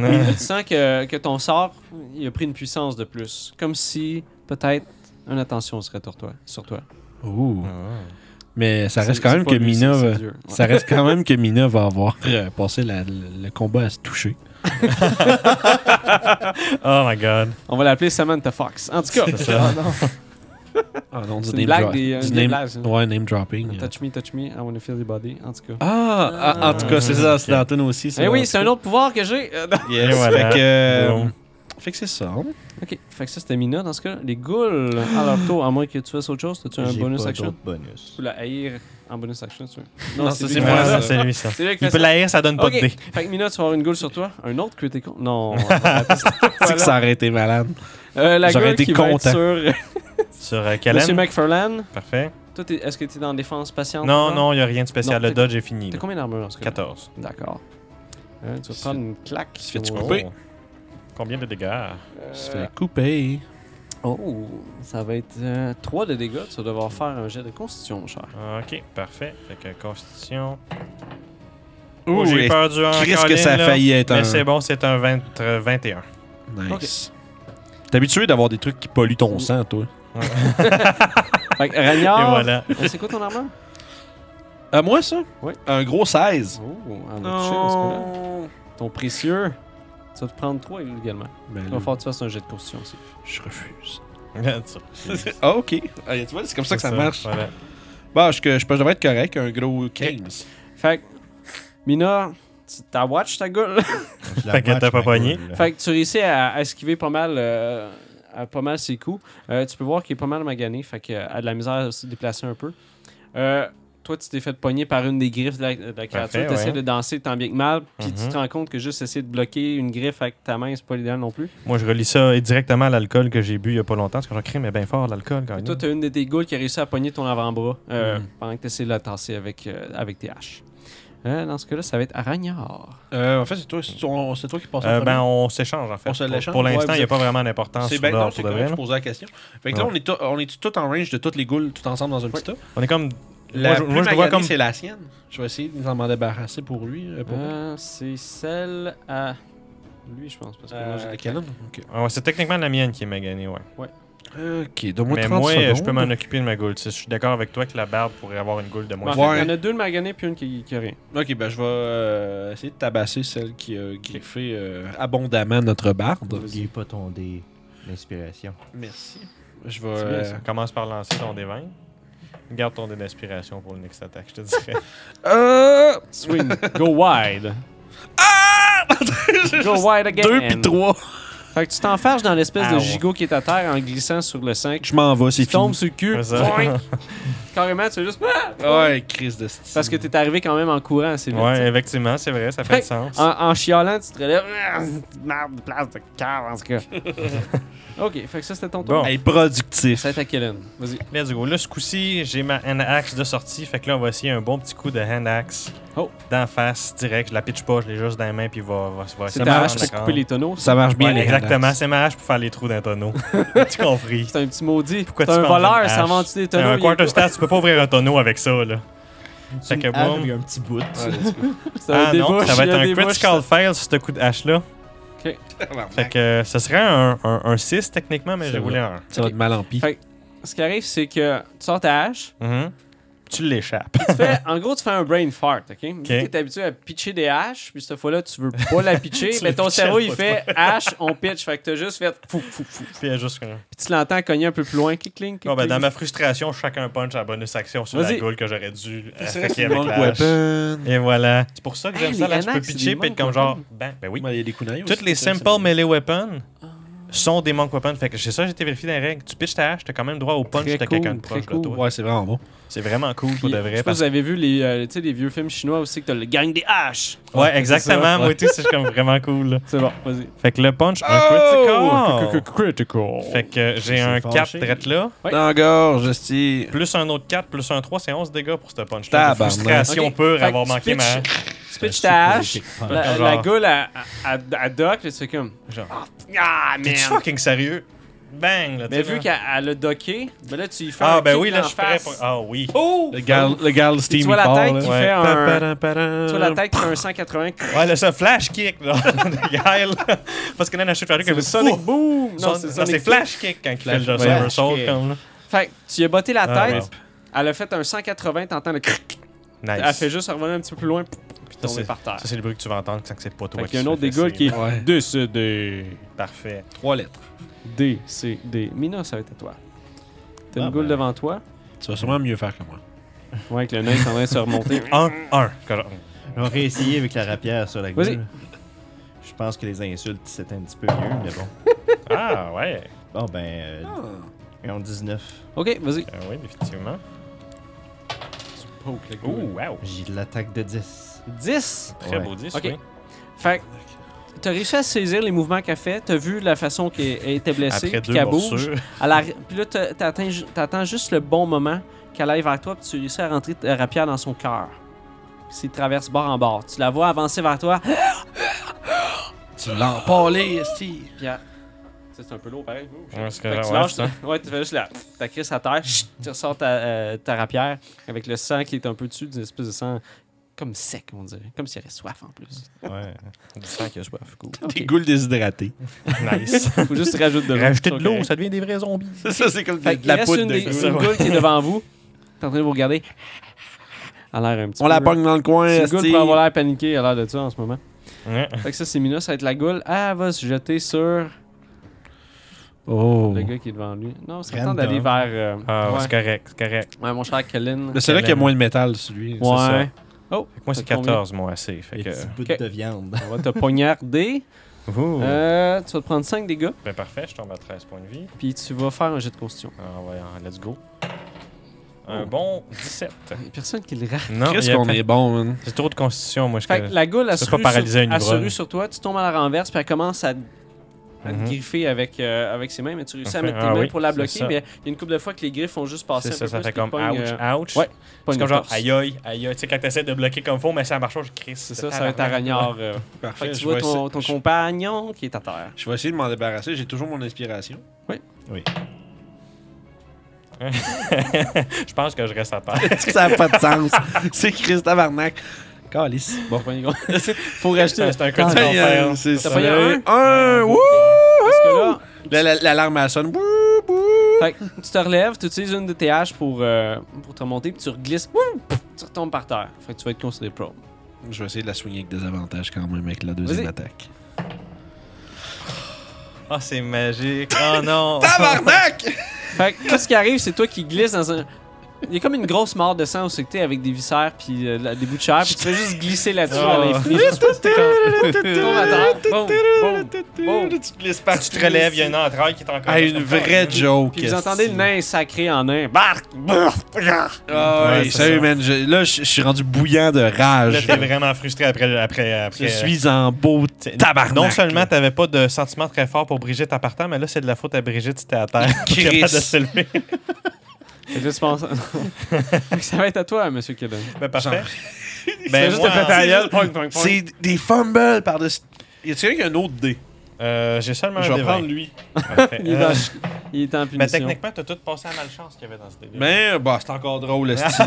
Non. tu sens que, que ton sort, il a pris une puissance de plus. Comme si, peut-être, une attention serait sur toi. Sur toi. Ouh. Ah. Mais ça reste C'est- quand c'est même pas que lui, Mina c'est- va. c'est Dieu. Ouais. *laughs* Ça reste quand même que Mina va avoir euh, passé la- le, le combat à se toucher. *laughs* Oh my god. On va l'appeler Samantha Fox. En tout cas, *laughs* Ah non, du C'est une blague dro- des, euh, du des name- blagues, ça. Ouais, name dropping. touch me, touch me, I wanna feel the body. En tout cas. Ah, ah, en tout cas, c'est ça, c'est Ok. dans la toune aussi. ça. Eh oui, c'est un autre pouvoir que j'ai. *laughs* Euh, non. Yes, Et voilà. fait que, euh, Boom. fait que c'est ça. hein. ok, fait que ça c'était Mina dans ce cas. Les ghouls, à leur tour, à moins que tu fasses autre chose, t'as-tu un J'ai bonus pas action d'autres bonus. *laughs* Tu peux la haïr en bonus action, tu veux. Non, ça, lui c'est qui moi, fait Ah, ça. C'est lui, ça. C'est lui qui Il fait peut ça. l'air, ça donne pas Ok. de dés. Fait que Mina, tu vas avoir une goule sur toi. Un autre critical. Non. on *laughs* va rater cette C'est que ça fois-là. aurait été malade. Euh, la J'aurais goule été qui va être content. sur *laughs* Sur euh, Monsieur Kellen. McFarlane. Parfait. Toi, t'es- est-ce que t'es en défense patiente Non, encore? non, il n'y a rien de spécial. Non, Le t'as- dodge est fini. T'as là. combien d'armure dans ce cas 14. D'accord. Euh, tu vas prendre une claque. Se fait-tu au- couper? Coupé. Oh. Combien de dégâts Se fait couper. Oh, ça va être 3 de dégâts. Tu vas devoir faire un jet de constitution, mon cher. Ok, parfait. Fait que Constitution. Ouh, Oh, j'ai et peur du un. Qu'est-ce que ça a Colin, là. failli être Mais un. c'est bon, c'est un 20, euh, 21. Nice. T'es habitué d'avoir des trucs qui polluent ton sang, toi. Fait que Ragnar, Et voilà. euh, c'est quoi ton armure? À moi, ça Ouais. Un gros 16. Oh, on va toucher dans ce cas-là. Ton précieux, tu vas te prendre 3 également. Ben Il là, va falloir que tu fasses un jet de constitution aussi. je refuse. *laughs* C'est Ah, ok. Ah, tu vois, c'est comme ça que ça, marche. voilà. Bah, je, que- je, pense que je devrais être correct, un gros 15. Fait que, Mina, tu- t'as watch ta gueule. Je la Fait que match, t'as pas ma pogné. *laughs* gueule, là. fait que tu réussis à, à esquiver pas mal, euh, à pas mal ses coups. Euh, tu peux voir qu'il est pas mal magané, fait qu'il a de la misère à se déplacer un peu. Euh, toi, tu t'es fait pogner par une des griffes de la, de la créature. Parfait, Tu essaies ouais. de danser tant bien que mal, puis tu Mhm. te rends compte que juste essayer de bloquer une griffe avec ta main, c'est pas l'idéal non plus. Moi, je relis ça directement à l'alcool que j'ai bu il y a pas longtemps, parce que j'en crime bien fort l'alcool quand Et même. toi, t'as une de tes ghouls qui a réussi à pogner ton avant-bras euh, Mm. Mhm. pendant que t'essayes de la tasser avec, euh, avec tes haches. Euh, dans ce cas-là, ça va être Aragnard. Euh, en fait, c'est toi, c'est ton- c'est toi qui passes en Euh, premier. ben, on s'échange en fait. On se Pour- l'échange, Pour l'instant, ouais, il n'y a pas vraiment d'importance. C'est sur bien, non, l'or c'est pour de correct, vrai, je là. posais la question. Fait que là, Ouais. on est, to- on est tout en range de toutes les ghouls, tout ensemble dans un petit tas. On est comme. La Moi, je- plus moi, je le vois maganée, comme- c'est la sienne. Je vais essayer de nous en débarrasser pour lui. euh, pour moi. Euh, c'est celle à lui, je pense. Parce que moi, j'ai Euh, des Canon. Ok. Ah ouais, c'est techniquement la mienne qui est maganée, ouais. Ok, donne-moi Mais 30 moi, secondes. je peux m'en occuper de ma goule. Tu sais, Je suis d'accord avec toi que la barbe pourrait avoir une goule de Bon, moins. en Ouais. fait, Il y en a deux de maganés puis une qui, qui a rien. Ok, ben je vais euh, essayer de tabasser celle qui a griffé euh, abondamment notre barde. N'oublie pas ton dé d'inspiration. Merci. Je vais. C'est bien, ça. euh, Commence par lancer ton dé 20. Garde ton dé d'inspiration pour le next attack, je te *laughs* dirais. Euh... Swing, *laughs* go wide. Ah! *laughs* Go wide again. 2 puis 3. Fait que tu t'enfarges dans l'espèce de Ow. gigot qui est à terre en glissant sur le 5. Je m'en vais, c'est Tu tombes fini. sur le cul. C'est ça. Boing. Carrément, tu fais juste. ah! Ouais, crise de style. Parce que t'es arrivé quand même en courant, c'est vite. ouais, effectivement, c'est vrai, ça fait Fait du sens. En, en chialant, tu te relèves. ah, Merde, place de cœur, en tout *laughs* cas. ok, fait que ça, c'était ton tour. Bon. Hey, productif. Ça va être à Kellen. Vas-y. Let's go. Là, ce coup-ci, j'ai ma hand axe de sortie. Fait que là, on va essayer un bon petit coup de hand axe. Oh. D'en face, direct. Je la pitch pas, je l'ai juste dans les mains, puis va, va, va C'est ça ta hache marche, pour d'accord. couper les tonneaux. Ça marche bien, Ouais, les exactement, radars. c'est ma hache pour faire les trous d'un tonneau. *laughs* tu compris. C'est un petit maudit. Pourquoi T'es tu un penses à une voleur, hache? ça vend-tu des tonneaux? un il est quarter staff, tu peux pas ouvrir un tonneau avec ça, *laughs* là. Fait que Une arme, boum. il y a un petit bout. *laughs* Ça Ah non, débouche, ça va il être y a un des bouches, critical fail sur ce coup de hache-là. Fait que euh, ce serait un, un, un 6 techniquement, mais Ça j'ai va. roulé un Ça va de mal en pis. Fait- Ce qui arrive, c'est que tu sors ta hache, 1. Mhm. Tu l'échappes. *laughs* tu fais, en gros, tu fais un brain fart, ok? Tu Ok. T'es habitué à pitcher des haches, puis cette fois-là, tu veux pas la pitcher, *laughs* Tu mais la ton pitches cerveau, il pas, fait hache, on pitch, fait que t'as juste fait, fou, fou, fou. Puis elle juste. comme- Puis tu l'entends cogner un peu plus loin, clic, clic, clic. Bon, ben, clic. dans ma frustration, chacun punch à bonus action sur la Vas-y. goule que j'aurais dû euh, C'est attaquer vrai avec que la hache. weapon. Et voilà. C'est pour ça que Hey, les j'aime ça. Là, je peux Anax, c'est pitcher des puis être comme monk genre. weapons. Ben, ben oui. Il y a des kunai Toutes aussi, les c'est vrai que simple c'est- melee weapons Ah. sont des monk weapons. Fait que c'est ça, j'ai été vérifié dans les règles. Tu pitches ta hache, t'as quand même droit au punch Très de cool, quelqu'un de très proche de cool. toi. Ouais, c'est vraiment bon. C'est vraiment cool pour Puis, de je sais vrai. pas si parce- vous avez vu les, euh, tu sais, les vieux films chinois aussi que t'as le gang des haches. Ouais, exactement. ça, ouais. Moi et tout, c'est comme vraiment cool. là. C'est bon, vas-y. Fait que le punch, un Oh! critical. Fait que euh, j'ai C'est un 4 fâché. drette là. Ouais. Dans la gorge, esti. Plus un autre 4, plus un 3, c'est 11 dégâts pour ce punch là. Tabarnak. Frustration Ok, pure fait avoir que tu manqué ma. pitches- Tu pitches ta hache, la, Genre- la goule à, à, à Doc, puis tu fais comme, Genre. ah, T'es man. fucking sérieux? Bang! Là, tu Mais sais, vu là. qu'elle elle a docké, ben là, tu y fais un Ah, ben kick oui, là, dans je suis la prêt face. pour. Ah oui. Oh! Le gal, le gal Steam, tu vois la il part, tête là. qui Ouais. fait un... Pa-pa-da-pa-da. Tu vois la Euh, tête qui fait un 180. Ouais, là, ça, flash kick, *laughs* là. *laughs* Guile. Parce que là, dans Street Fighter, comme Sonic Boom! Non, c'est ça. C'est Sonic flash kick quand il fait Flash- le ouais. somersault, Flash comme là. Fait que tu y as botté la Ah, tête, elle a fait un 180, t'entends le cric, elle Nice. fait juste revenir un petit peu plus loin, puis Ça, tomber c'est- par terre. Ça, c'est le bruit que tu vas entendre quand c'est pas toi Fait qui qu'il y a se un autre fait des gars fesser. qui Ouais. est décédé. Parfait. Trois lettres. D, C, D. Mina, ça va être à toi. T'as Ah, une goule ben. devant toi. Tu vas sûrement mieux faire que moi. Ouais, avec le nez qui est en train de se *laughs* remonter. 1-1. On va réessayer avec la rapière sur la Vas-y. gueule. Je pense que les insultes, c'était un petit peu mieux, mais bon. Ah, ouais. Bon, ben, euh, et on 19. Ok, vas-y. Ben oui, définitivement. oh, Ouh, wow. J'ai de l'attaque de 10. 10. Très Ouais. beau 10, Ok. oui. Fait que t'as réussi à saisir les mouvements qu'elle fait, t'as vu la façon qu'elle était blessée, Après puis deux qu'elle bouge. morsures. Elle arri- Puis là, t'a- t'atteins ju- t'attends juste le bon moment qu'elle aille vers toi, puis tu réussis à rentrer ta rapière dans son cœur. S'il traverse bord en bord. Tu la vois avancer vers toi, puis Tu l'empalais, esti. elle- Ça, C'est un peu lourd, pareil. Ouais, c'est Fait que tu ouais, lâches, c'est ça. ouais, tu fais juste la, ta crisse à terre, chut, tu ressors ta, euh, ta rapière avec le sang qui est un peu dessus, d'une espèce de sang comme sec, on dirait. Comme s'il y avait soif en *laughs* plus. Ouais. Du sang qui a soif, cool. Des goules *laughs* déshydratées. Nice. Faut juste rajouter de l'eau. Rajouter de Ok. l'eau, ça devient des vrais zombies. ça, c'est comme Fait de qu'il la reste poudre une, de des- goules. une goule qui est devant *laughs* vous. T'es en train de vous regarder. Elle a l'air un petit On la peu- pogne dans le coin, C'est une goule esti. pour avoir l'air paniqué, elle a l'air de ça en ce moment. Ouais. Fait que ça, c'est Mina, ça va être la goule. Ah, elle va se jeter sur Oh. Le gars qui est devant lui. Non, c'est le temps Random. d'aller vers. euh, Ah, ouais, ouais. c'est correct, c'est correct. Ouais, mon cher Colin. Mais c'est là qui a moins de métal, celui. c'est ça. Ouais. Oh, Fait que moi, c'est Fait combien? 14, moi, assez. Fait Les que... petits bouts ok. de viande. on va te poignarder. Ouh. Euh, tu vas te prendre 5 dégâts, Ben parfait, je tombe à 13 points de vie. puis tu vas faire un jet de constitution. Ah ouais, hein, let's go. Un bon 17. Il y a personne qui le rate. *laughs* Non, il y Qu'est-ce a qu'on pas- est bon, man. J'ai trop de constitution, moi. Je Fait que la goule, elle Ça se peut rue paralyser sur, une elle se ivrogne. rue sur toi, tu tombes à la renverse, puis elle commence à, à Mhm. te griffer avec, euh, avec ses mains, mais tu réussis à Enfin, mettre tes ah mains oui, pour la c'est bloquer, ça. mais il y a une couple de fois que les griffes ont juste passé C'est un ça, peu ça plus, fait puis comme pogne, ouch, euh, ouch. ouais, pogne C'est le comme genre torse. aïe aïe, aïe aïe. Tu sais, quand t'essaies de bloquer comme faut, mais ça marche pas, je crisse. C'est ça, ça va être ta ragnard. euh. Fait Parfait. que tu je vois vais ton, ton essayer- compagnon qui est à terre. Je vais essayer de m'en débarrasser. J'ai toujours mon *laughs* inspiration. Je pense que je reste à terre. *laughs* ça n'a pas de sens. *laughs* C'est Chris Tabarnak. Calice. Bon, *laughs* faut C'est rajouter. un- Parce c'est un coup de Aïe, l'enfer. aïe, C'est T'as ça. pogné un? Euh, Un. *laughs* Wouh! que là, La- la- L'alarme, elle sonne. Wouh, wouh. Fait que tu te relèves, tu utilises une de tes haches pour, euh, pour te remonter, puis tu reglisses, wouh, pouf, tu retombes par terre. Fait que tu vas être considéré pro. Je vais essayer de la soigner avec des avantages quand même avec la deuxième Vas-y. attaque. Ah, c'est magique. *laughs* Oh non. Tabarnak! Fait que là, ce qui arrive, c'est toi qui glisses dans un. Il y a comme une grosse mare de sang où c'est que t'es avec des viscères puis euh, la- des bouts de chair, puis tu fais juste glisser là-dessus Oh. à l'infini. juste pour que t'es comme- tu tombes à terre, boum, boum, boum. tu te glisses Oh. Tu te relèves, il y a une entraille qui est encore. Ah, une vraie joke. Puis vous entendez le nain sacré en un. Bark! Ah, Ouais, ouais, c'est sérieux, ça. man. je- là, je je suis rendu bouillant de Là, rage. t'es vraiment frustré après. après, Je après suis en beau T'sais, tabarnak. Non seulement t'avais pas de sentiment très fort pour Brigitte en partant, mais là c'est de la faute à Brigitte si t'es à terre. *laughs* Chris. capable de se lever. Fait que là, tu penses- *laughs* Fait que Ça va être à toi, monsieur Kevin. Ben parfait. C'est Ben juste moi, un pétard. Juste poing, poing, poing. C'est des fumbles par-dessus. Y a quelqu'un qui a un autre dé? euh, j'ai seulement Je un vais des prendre vingt. lui. Parfait. Il est Euh, dans- Il est en punition. ben techniquement t'as tout passé à malchance qu'il y avait dans ce délire. *laughs* Mais bah, c'est encore drôle, Ah. esti.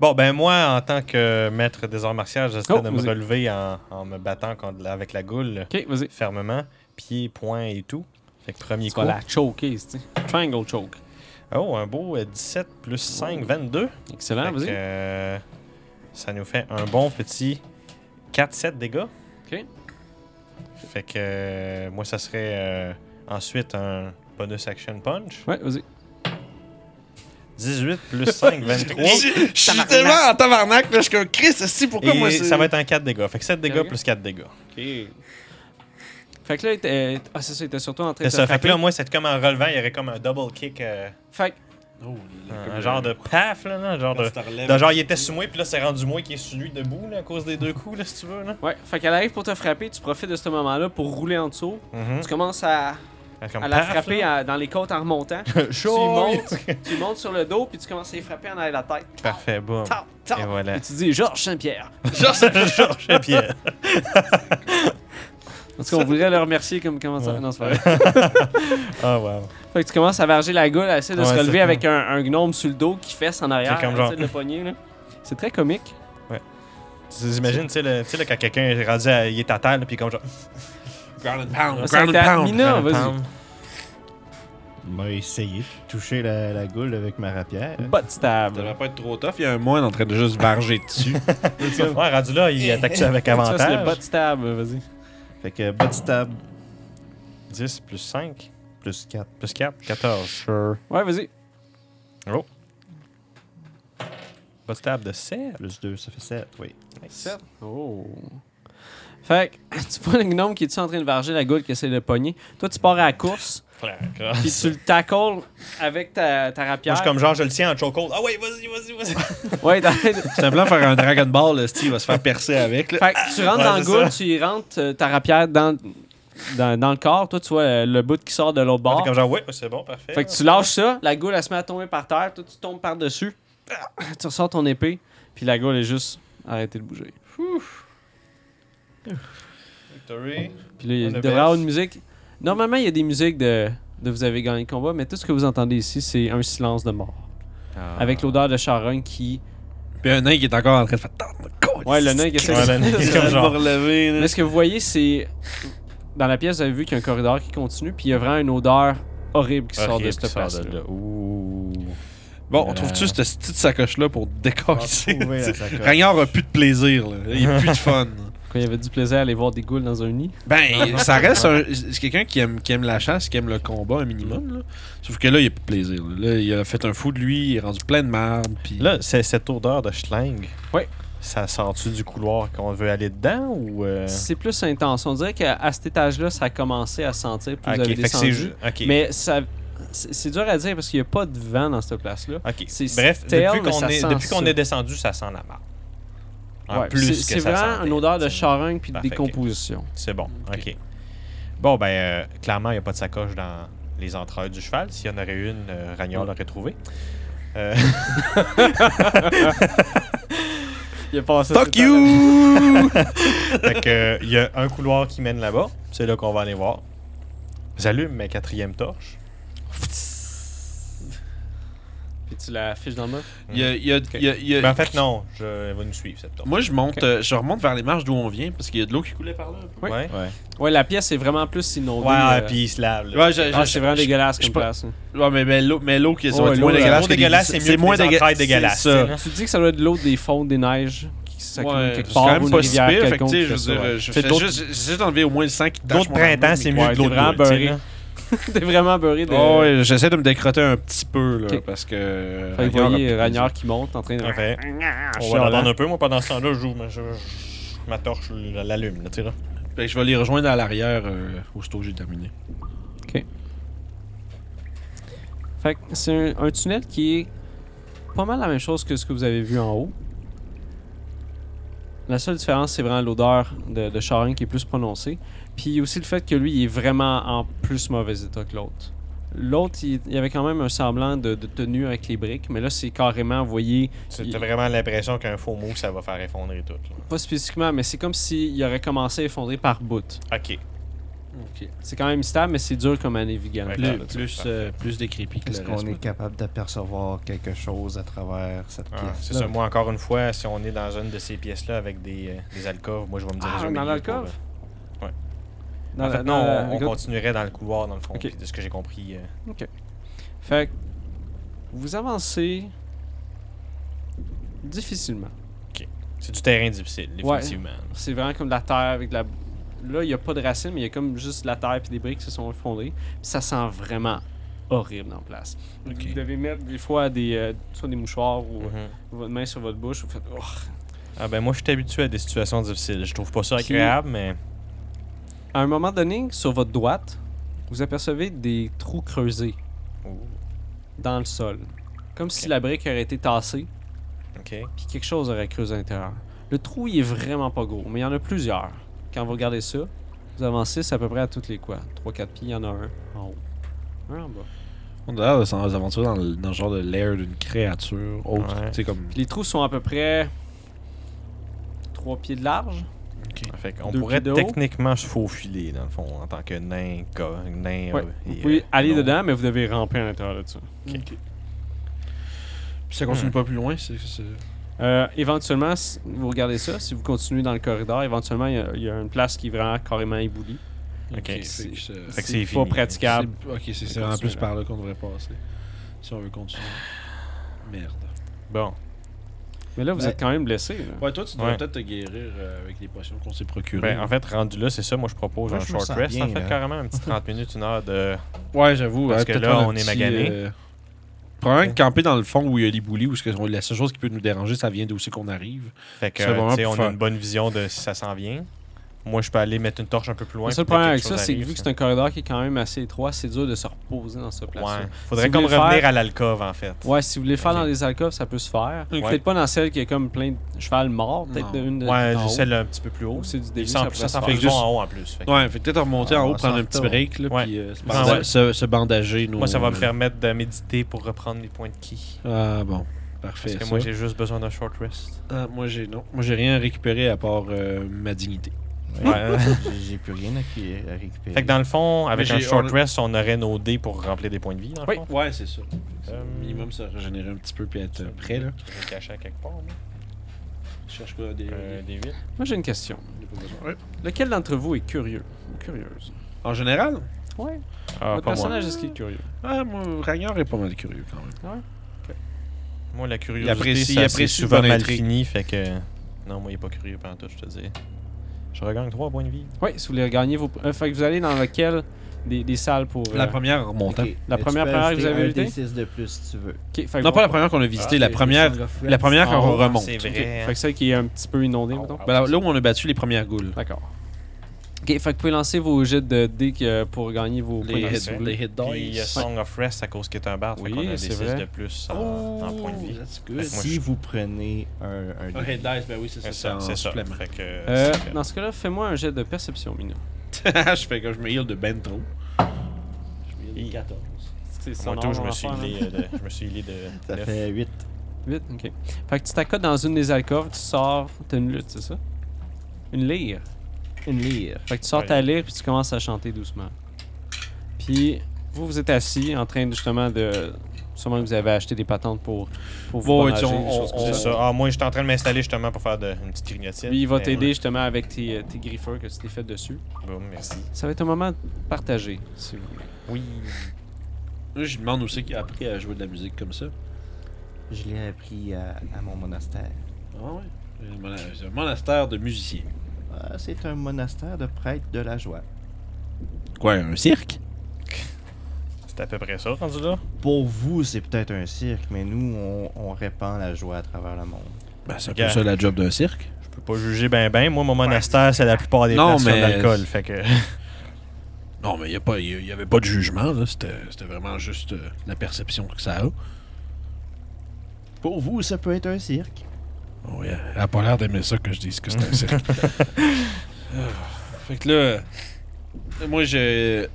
Bon ben moi en tant que maître des arts martiaux, j'essaie Oh, de me vas-y. relever en, en me battant contre la- avec la goule Ok, vas-y. fermement, pieds, poings et tout. Fait que premier Tu coup. vas la choker, c'est Triangle choke. Oh un beau euh, 17 plus 5, Oh. 22. Excellent, Fait que, vas-y. euh, ça nous fait un bon petit 4-7 dégâts. Ok. Fait que euh, moi, ça serait euh, ensuite un bonus action punch. Ouais, vas-y. 18 plus 5, 23. *laughs* Je je suis tellement en tabarnak, là, je suis comme Chris, esti, pourquoi moi Et c'est- ça va être un 4 dégâts. Fait que 7 dégâts Ok. plus 4 dégâts. Ok. Fait que là, il était. Ah, c'est ça, il était surtout en train C'est de. te ça. Fait que frapper. là, moi, c'est comme en relevant, il y aurait comme un double kick. euh, Fait que- Oh, un genre de paf, là, là, un genre de. de. de genre, il était sous moi, puis là, c'est rendu moi qui est sous lui debout, là, à cause des deux coups, là, si tu veux, là. Ouais, fait qu'elle arrive pour te frapper, tu profites de ce moment-là pour rouler en dessous. Mhm. Tu commences à, Comme Mm-hmm. à la paf, frapper hein. là. à- dans les côtes en *laughs* remontant. tu montes, tu montes sur le dos, puis tu commences à les frapper en arrière de la tête. Parfait, boum. Tap, Et tap. *laughs* voilà. Et tu dis Georges Saint-Pierre. Georges Pierre. En tout cas, on voudrait le remercier comme comment ça. Ouais. Non, c'est pas vrai. Ah, wow. Fait que tu commences à verger la gueule, elle essaie de se Ouais, relever c'est- avec un, un gnome sur le dos qui fesse en arrière. C'est comme elle genre- essaie de le pogner, là. C'est très comique. Tu- J'imagine, tu sais, le- tu sais, là, quand quelqu'un est rendu, à, il est à terre, là, puis comme genre. Ground and pound, Ça a ground été and à pound. Mina, vas-y. Pam. m'a essayé de toucher la, la goule avec ma rapière. Butt stab. Ça devrait pas être trop tough, il y a un moine en train de juste varger dessus. Ouais, rendu là, il attaque ça *laughs* avec Tu fasses le avantage. butt stab, vas-y. Fait que body stab 10 plus 5 plus 4. plus 4, 14. Ouais, vas-y. Oh. Body stab de 7. Plus 2, ça fait 7, oui. Nice. Oh. Fait que *laughs* tu vois le gnome qui est dessus en train de varger la goule qui essaie de le pogner. Toi, tu pars à la course, puis tu le tackles avec ta, ta Moi, je rapière. suis comme genre, je le tiens en chokehold. Ah ouais, vas-y, vas-y, vas-y. Ouais, t'arrêtes. C'est simplement faire un Dragon Ball, esti, il va se faire percer avec. là. Fait que tu rentres Ouais, dans le c'est goule, ça. tu y rentres euh, ta rapière dans, dans, dans le corps. Toi, tu vois euh, le bout qui sort de l'autre Ah, T'es bord. comme genre, ouais, c'est bon, parfait. Fait que tu lâches ça, la goule, elle se met à tomber par terre. Toi, tu tombes par-dessus. *clears throat* Tu ressors ton épée, puis la goule est juste arrêtée de bouger. Victory. Puis là, il On a devrait y avoir baisse. une musique. Normalement, il y a des musiques de, de Vous avez gagné le combat, mais tout ce que vous entendez ici, c'est un silence de mort. Ah. Avec l'odeur de charogne qui. Puis un nain qui est encore en train de faire. Tarte, mon con, Ouais, le esti, nain qui essaie Ouais, le nain de qui il est est en train comme de me genre. relever. là. Mais ce que vous voyez, c'est. Dans la pièce, vous avez vu qu'il y a un corridor qui continue, puis il y a vraiment une odeur horrible qui sort de cette place. Ouh. *laughs* Bon, on Euh. trouve-tu cette petite sacoche-là pour décorer On va trouver la sacoche. Ragnard a plus de plaisir, là. il a plus de fun. Quand il y avait du plaisir à aller voir des ghouls dans un nid. Ben, ça reste un- c'est quelqu'un qui aime, qui aime la chasse, qui aime le combat un minimum. là. Sauf que là, il a plus de plaisir. Là. Là, il a fait un fou de lui, il est rendu plein de merde. Puis... Là, c'est cette odeur de schling. Ouais. Ça sort-tu du couloir qu'on veut aller dedans ou. euh, C'est plus intense. On dirait qu'à à cet étage-là, ça a commencé à sentir plus Ok, vous avez fait que descendu. c'est juste. Ok. Mais ça, c'est c'est dur à dire parce qu'il n'y a pas de vent dans cette place-là. Ok. c'est Bref, stale, depuis mais qu'on ça est, sent depuis qu'on ça. est descendu, ça sent la marde. En Ouais. plus C'est- que c'est ça vraiment sentait, une odeur de tu sais. charogne puis de Parfait, ok. décomposition. C'est bon, Ok. ok. Bon, ben, euh, clairement, il n'y a pas de sacoche dans les entrailles du cheval. S'il y en aurait une, euh, Ragnol *laughs* l'aurait trouvée. Euh, Il a passé Fuck you! fait que, euh, il y a un couloir qui mène là-bas. C'est là qu'on va aller voir. J'allume ma quatrième torche. Puis tu la fiches dans le mur. *laughs* Il y a- il y a- il y a- Euh, il y a- Ben, en fait, non, je, elle va nous suivre, cette torche. Moi, je monte, euh, je remonte vers les marches d'où on vient parce qu'il y a de l'eau qui coulait par là. un peu. Oui. Ouais, Ouais. Ouais, la pièce est vraiment plus inondée. ouais, euh, puis il se lave. là. Ouais, je- ah, je- c'est vraiment je- dégueulasse je comme pas- place. hein. Ouais, mais, mais l'eau, mais l'eau qui ça va Ouais, être l'eau, moins euh, dégueulasse. Oh, l'eau que des- dégueulasse, c'est mieux que des dégueu- entrailles c'est dégueulasses, ça. tu sais, là. Tu dis que ça doit être de l'eau des fonds des neiges qui s'accumule Ouais, quelque c'est part quand ou même une pas si rivière pire. Fait que, quelconque tu sais, qui je fait ça, veux ouais. dire, je Fait fais d'autres- juste- j'ai juste enlevé au moins le sang qui tache D'autres mon armure, printemps, mais- c'est mieux ouais, que de l'eau t'es vraiment de boule, tu sais, beurré. là. T'es vraiment beurré de... Oh, ouais, j'essaie de me décrotter un petit peu, là, Ok. parce que... euh, Fait que vous Ragnard a voyez plus- Ragnard qui monte en train de... Parfait. On va chialant. l'entendre un peu. Moi, pendant ce temps-là, j'ouvre ma, je- je- ma torche, je l'allume, là, tu sais, là. Fait que je vais les rejoindre à l'arrière, euh, aussitôt que j'ai terminé. Fait que c'est un, un tunnel qui est pas mal la même chose que ce que vous avez vu en haut. La seule différence, c'est vraiment l'odeur de, de charogne qui est plus prononcée. Puis aussi le fait que lui, il est vraiment en plus mauvais état que l'autre. L'autre, il, il avait quand même un semblant de, de tenue avec les briques, mais là, c'est carrément, vous voyez, C'est- Il- T'as vraiment l'impression qu'un faux mot, ça va faire effondrer tout. là. pas spécifiquement, mais c'est comme s'il aurait commencé à effondrer par bout. Ok. C'est quand même stable, mais c'est dur comme à naviguer. en même Ouais. Plus, Regarde, ça, plus, parfait. euh, plus décrépit que Est-ce le qu'on reste. est capable d'apercevoir quelque chose à travers cette Ah, pièce c'est ça. Moi, encore une fois, si on est dans une de ces pièces-là avec des, euh, des alcôves, moi, je vais me dire. Ah, dans l'alcôve? En temps. Dans euh, fait, la- non, dans la- on, on continuerait dans le couloir, dans le fond. Ok. puis De ce que j'ai compris. euh, Fait que vous avancez difficilement. c'est du terrain difficile, définitivement. C'est vraiment comme de la terre avec de la. Là, il n'y a pas de racines, mais il y a comme juste de la terre et des briques qui se sont effondrées. Puis ça sent vraiment horrible en place. Ok. Vous devez mettre des fois des, euh, soit des mouchoirs ou euh, Mhm. votre main sur votre bouche. Vous faites. Oh. Ah, ben, moi, je suis habitué à des situations difficiles. Je trouve pas ça Puis- agréable, mais. À un moment donné, sur votre droite, vous apercevez des trous creusés Ouh, dans le sol. Comme si Ok. la brique aurait été tassée. Ok. puis quelque chose aurait creusé à l'intérieur. Le trou, il est vraiment pas gros, mais il y en a plusieurs. Quand vous regardez ça, vous avancez, c'est à peu près à toutes les quoi. 3-4 pieds, il y en a un en haut. Un en bas. On a l'air de s'en- s'aventurer dans, le- dans le genre de l'air d'une créature autre. Ouais. Tu sais, comme... Puis les trous sont à peu près 3 pieds de large. Fait qu'on Deux pourrait pieds de haut. techniquement se faufiler, dans le fond, en tant que nain. co- nain Ouais. euh, Vous et, pouvez euh, aller non. dedans, mais vous devez ramper à l'intérieur de ça. Puis ça continue Hmm. pas plus loin, c'est... c'est- Euh, éventuellement, si vous regardez ça, si vous continuez dans le corridor, éventuellement, il y a- il y, a une place qui est vraiment carrément éboulie. Ok, fait que c'est- c'est- Fait que C'est c'est pas fini. praticable. C'est- Ok, c'est- c'est On en continue, plus par là qu'on devrait passer. Si on veut continuer. Merde. Bon. Mais là, vous Ben- êtes quand même blessé. là. Ouais, toi, tu devrais devrais Ouais. peut-être te guérir euh, avec les potions qu'on s'est procurées. Ben, en fait, rendu là, c'est ça. Moi, je propose Moi, un je me short sens rest, bien, en fait, là. carrément. Un petit 30 minutes, une heure de. ouais, j'avoue. parce ouais, que peut-être là, faire un on est petit, magané. euh, Probablement que camper dans le fond où il y a les boulis, où ce que- on- la seule chose qui peut nous déranger, ça vient d'où c'est qu'on arrive. Fait que, C'est vraiment tu sais, pour on a faire- une bonne vision de si ça s'en vient. Moi, je peux aller mettre une torche un peu plus loin. Le seul puis peut-être problème avec quelque ça, chose c'est que arrive, vu que c'est ça. un corridor qui est quand même assez étroit, c'est dur de se reposer dans ce place-là. Ouais. Faudrait vous comme voulez revenir faire- à l'alcove, en fait. Ouais, si vous voulez faire Ok. dans les alcôves, ça peut se faire. Ok. Peut-être pas dans celle qui est comme plein de cheval mort, peut-être Non. une de Ouais, en haut. celle un petit peu plus haut. Ou c'est du Il début, ça, s'en- Ça pourrait s'en se fait faire. le bon en haut en plus. Fait que Ouais, fait que peut-être remonter Ah, en haut, on prendre s'en un petit retourne. break, là, Ouais. puis euh, se, Ah, se- ouais. se- se bandager. Nos, Moi, ça va me permettre de méditer pour reprendre mes points de ki. Ah, bon. Parfait. Parce que ça. moi, j'ai juste besoin d'un short rest. Ah, moi, j'ai non. Moi, j'ai rien récupéré à part euh, ma dignité. Ouais. *laughs* J'ai- J'ai plus rien à, qui- à récupérer. Fait que dans le fond, avec Mais un j'ai- short on- rest, on aurait nos dés pour remplir des points de vie, dans le fond. *laughs* ouais, c'est ça. Euh, minimum, ça régénérer un petit peu, puis être euh, prêt, là. Je vais cacher à quelque part. moi. Je cherche quoi des. Euh, des huit. Moi, j'ai une question. des- pas besoin. Ouais. Lequel d'entre vous est curieux ou curieuse En général, Ouais. Votre Ah, pas moi. personnage, est-ce qu'il est curieux ah, moi, Ragnar est pas mal curieux quand même. Moi, la Il curiosité, apprécie- il ça s'est apprécie souvent bonne mal intrigue. fini, fait que... Non, moi, il est pas curieux pendant tout, je te dis. Je regagne 3 points de vie. Oui, si vous voulez regagner vos. euh, fait que vous allez dans laquelle des, des salles pour. euh, La première remontant. Ok, La mais tu première peux première que vous ajouter avez un évitée? D6 de plus si tu veux. ok, fait que Non, bon, pas la première qu'on a visitée, la Ah, première, c'est Song of la première Ah, quand on ouais, remonte. c'est ok. vrai. hein. Fait que celle qui est un petit peu inondée, Oh, mettons. Ben, là où on a battu les premières goules. D'accord. Ok, fait que vous pouvez lancer vos jets de dés que- pour gagner vos points Les de vie, hit, euh, si vous les voulez. hit Puis il y a dice. Song of Rest à cause qu'il est un bard. Oui, fait qu'on a des c'est 6 vrai. de Ah, plus en, en points de vie. Oh, That's good. Fait que moi, Si je- vous prenez un, un Ah, hit dice, ben oui, c'est C'est ça. ça, en c'est ça. supplément. Fait que, Euh, c'est fait. dans ce cas-là, fais-moi un jet de perception, Minou. *laughs* je fais que je me heal de ben trop. Je me heal de 14. C'est Moi, tout, je me suis healé, euh, de- je me suis healé de Ça neuf. fait 8. Vite, ok. Fait que tu t'accotes dans une des alcôves, tu sors, t'as une lutte, c'est ça? Une lyre. Une lire. Fait que tu sors Ouais. ta lyre puis tu commences à chanter doucement. Puis vous, vous êtes assis en train de, justement de. Sûrement que vous avez acheté des patentes pour, pour vous Ouais, pronager, tu sais, on- des choses comme C'est ça. ça. Ah, moi, j'étais en train de m'installer justement pour faire de- une petite grignotine. Lui, il va ben, Mais- t'aider justement avec tes, euh, tes griffeurs que tu t'es fait dessus. Boum, merci. Ça va être un moment partagé, si vous voulez. Oui. Là, je lui demande aussi qu'il a appris à jouer de la musique comme ça. Je l'ai appris à, à mon monastère. Ah ouais. C'est un mona- C'est un monastère de musiciens. Ah, c'est un monastère de prêtres de la joie. Quoi, un cirque? C'est à peu près ça, rendu là. Pour vous, c'est peut-être un cirque, mais nous, on, on répand la joie à travers le monde. Ben, c'est un Gars. peu ça la job d'un cirque. Je peux pas juger ben ben. Moi, mon monastère, c'est la plupart des Non, places qui ont de mais- l'alcool. Fait que. Non, mais il n'y avait pas de jugement, là. C'était c'était vraiment juste euh, la perception que ça a. Pour vous, ça peut être un cirque. Oh, yeah. Elle a pas l'air d'aimer ça que je dise que c'est un *laughs* cirque. Ah. fait que là, moi, je.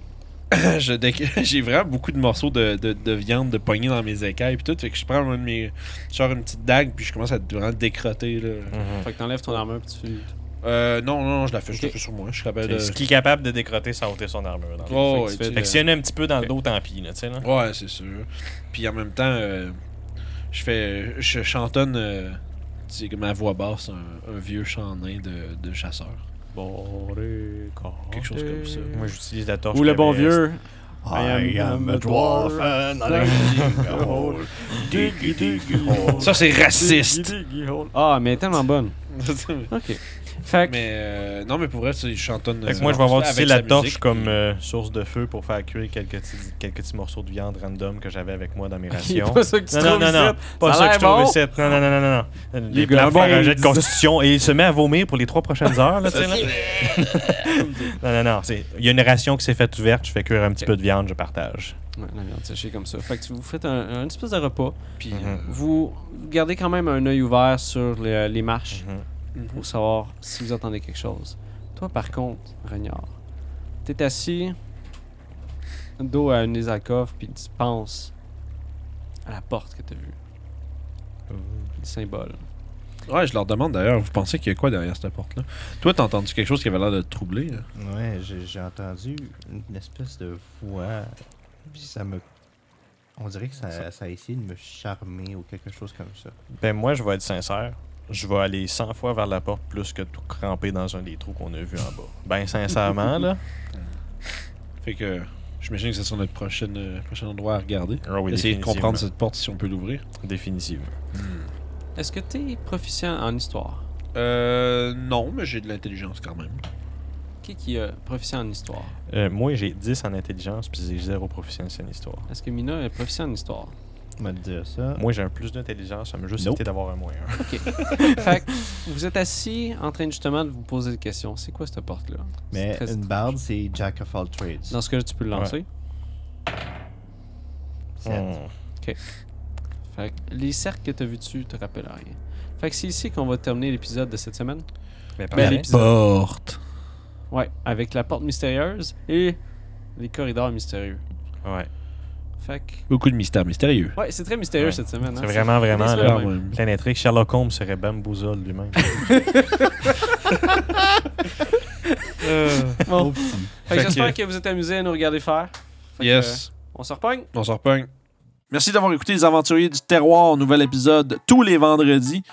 *coughs* je déc- *coughs* J'ai vraiment beaucoup de morceaux de, de- de viande de poignée dans mes écailles puis tout. Fait que je prends un de mes. Je sors une petite dague puis je commence à vraiment décrotter. Là. Mhm. Fait que t'enlèves ton armure puis tu. Euh, non, non, non, je la fais, je la Ok. fais sur moi. Je suis capable C'est de. Ce qui est capable de décrotter sans ôter son armure. dans le fond. Oh, Fait que tu fais- ouais, tu sais, Fait que s'il y en a un petit peu dans le dos, tant pis, là, tu sais, là. Ouais, c'est sûr. Puis en même temps, euh, je fais, je chantonne, euh, tu sais, comme à voix basse, un, un vieux chant nain de, de chasseur. Quelque chose comme ça. Moi, j'utilise la torche. Ou le qu'il bon avait- vieux. I am a dwarf and I dig *laughs* a hole. Diggy diggy hole. Ça, c'est *laughs* raciste! Ah, mais elle est tellement bonne. mais Ok. Fait que. euh, non, mais pour vrai, tu sais, je chantonne. Fait que euh, moi, je vais avoir utilisé avec la sa torche musique, comme puis- euh, source de feu pour faire cuire quelques petits, quelques petits morceaux de viande random que j'avais avec moi dans mes *laughs* *laughs* Il est rations. pas ça que tu Non, non, trouves non, non. ici. Pas Ça ça a que je l'air trouve bon. ici. Non, non, non, non, non, non. Les gars, gars bon, faire un il jet de dit ça. constitution et il se met à vomir pour les trois prochaines heures, là, tu sais, là. *laughs* Non, non, non. c'est- Il y a une ration qui s'est faite ouverte. Je fais cuire un petit Ok. peu de viande, je partage. Ouais, la viande séchée comme ça. Fait que vous faites un, un espèce de repas. Puis, Mhm. euh, Vous gardez quand même un œil ouvert sur le- les marches Mhm. pour savoir si vous entendez quelque chose. Toi, par contre, Regnard, t'es assis dos à une des alcôves puis tu penses à la porte que t'as vue. Le symbole. ouais, je leur demande d'ailleurs, vous pensez qu'il y a quoi derrière cette porte-là? Toi, t'as entendu quelque chose qui avait l'air de te troubler? hein? là? Ouais, j'ai j'ai entendu une espèce de voix. Puis ça me. On dirait que ça, ça a essayé de me charmer ou quelque chose comme ça. Ben, moi, je vais être sincère. Je vais aller 100 fois vers la porte plus que tout cramper dans un des trous qu'on a vu en bas. Ben, sincèrement, là. Fait que, j'imagine que ce sera notre prochaine, euh, prochain endroit à regarder. *laughs* Ah oui, Essayer de définitivement. comprendre cette porte si on peut l'ouvrir. Définitivement. Est-ce que t'es proficient en histoire? Euh. Non, mais j'ai de l'intelligence quand même. Qui qui est proficient en histoire? Euh, moi, j'ai 10 en intelligence, puis j'ai 0 proficience en histoire. Est-ce que Mina est proficient en histoire? On va te dire ça. Moi, j'ai un plus d'intelligence, ça m'a juste Nope. évité d'avoir un moyen. Fait que vous êtes assis en train justement de vous poser des questions. C'est quoi cette porte-là? C'est Mais très une étrange. barde, c'est Jack of all trades. Dans ce cas-là, tu peux le lancer. Sept. Hmm. Fait que les cercles que t'as vus dessus te rappellent à rien. Fait que c'est ici qu'on va terminer l'épisode de cette semaine. Mais Ben, les- l'épisode. porte. Ouais, avec la porte mystérieuse et les corridors mystérieux. Ouais. Fait que... Beaucoup de mystères mystérieux. Ouais, c'est très mystérieux Ouais. cette semaine. C'est hein. vraiment, vraiment, c'est des là, Ah semaines même. Plein d'intrigues. Sherlock Holmes serait Bamboozle lui-même. Euh, Bon. Oh, petit. Fait que Fait j'espère que- que vous êtes amusés à nous regarder faire. Fait que, Yes. euh, on se repogne. On s'en repogne. Merci d'avoir écouté Les Aventuriers du Terroir, nouvel épisode tous les vendredis.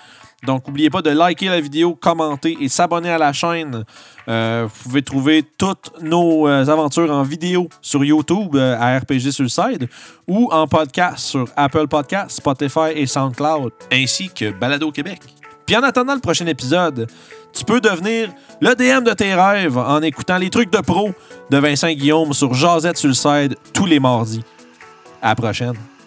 Donc, n'oubliez pas de liker la vidéo, commenter et s'abonner à la chaîne. Euh, vous pouvez trouver toutes nos euh, aventures en vidéo sur YouTube euh, à RPG Suicide ou en podcast sur Apple Podcasts, Spotify et SoundCloud, ainsi que Balado Québec. Puis en attendant le prochain épisode, tu peux devenir le DM de tes rêves en écoutant les trucs de pro de Vincent Guillaume sur Jazette sur le side tous les mardis. À la prochaine.